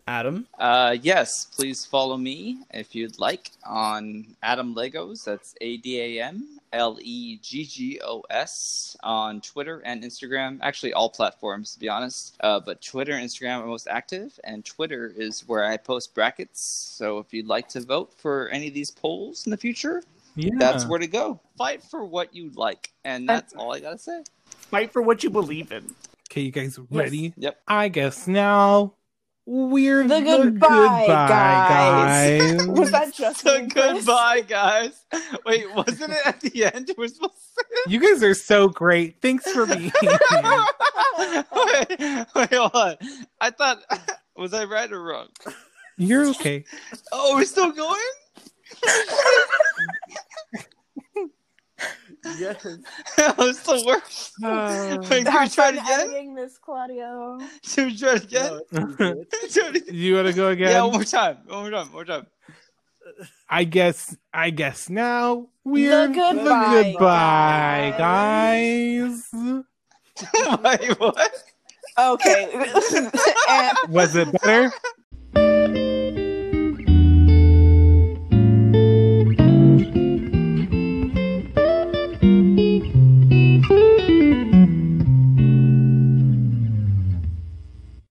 Speaker 2: Adam?
Speaker 3: Uh, yes, please follow me if you'd like on Adam Legos. That's A D A M L E G G O S on Twitter and Instagram. Actually, all platforms to be honest. Uh, but Twitter and Instagram are most active, and Twitter is where I post brackets. So if you'd like to vote for any of these polls in the future,
Speaker 1: Yeah.
Speaker 3: that's where to go. Fight for what you like, and that's all I gotta say.
Speaker 2: Fight for what you believe in.
Speaker 1: Okay, you guys ready?
Speaker 3: Yep.
Speaker 1: I guess now we're
Speaker 4: The goodbye guys.
Speaker 1: guys.
Speaker 4: Was that just
Speaker 3: So
Speaker 4: an impress?
Speaker 3: goodbye, guys. Wait, wasn't it at the end? We're supposed to
Speaker 1: you guys are so great. Thanks for being here.
Speaker 3: wait, wait, hold on. I thought was I right or wrong?
Speaker 1: You're okay.
Speaker 3: Oh, we're still going.
Speaker 2: Yes.
Speaker 3: that was the worst.
Speaker 1: Uh,
Speaker 3: Wait, should we
Speaker 4: Have
Speaker 3: try it
Speaker 4: fun
Speaker 3: again?
Speaker 4: editing this, Claudio.
Speaker 3: Should we try it again?
Speaker 2: No, it's good.
Speaker 3: Try it again.
Speaker 1: you want to go again?
Speaker 3: Yeah, one more time. One more time. One more time.
Speaker 1: I guess. I guess now we're
Speaker 4: The goodbye
Speaker 1: goodbye
Speaker 4: guys.
Speaker 1: guys.
Speaker 3: Wait, what?
Speaker 4: Okay. And-
Speaker 1: Was it better?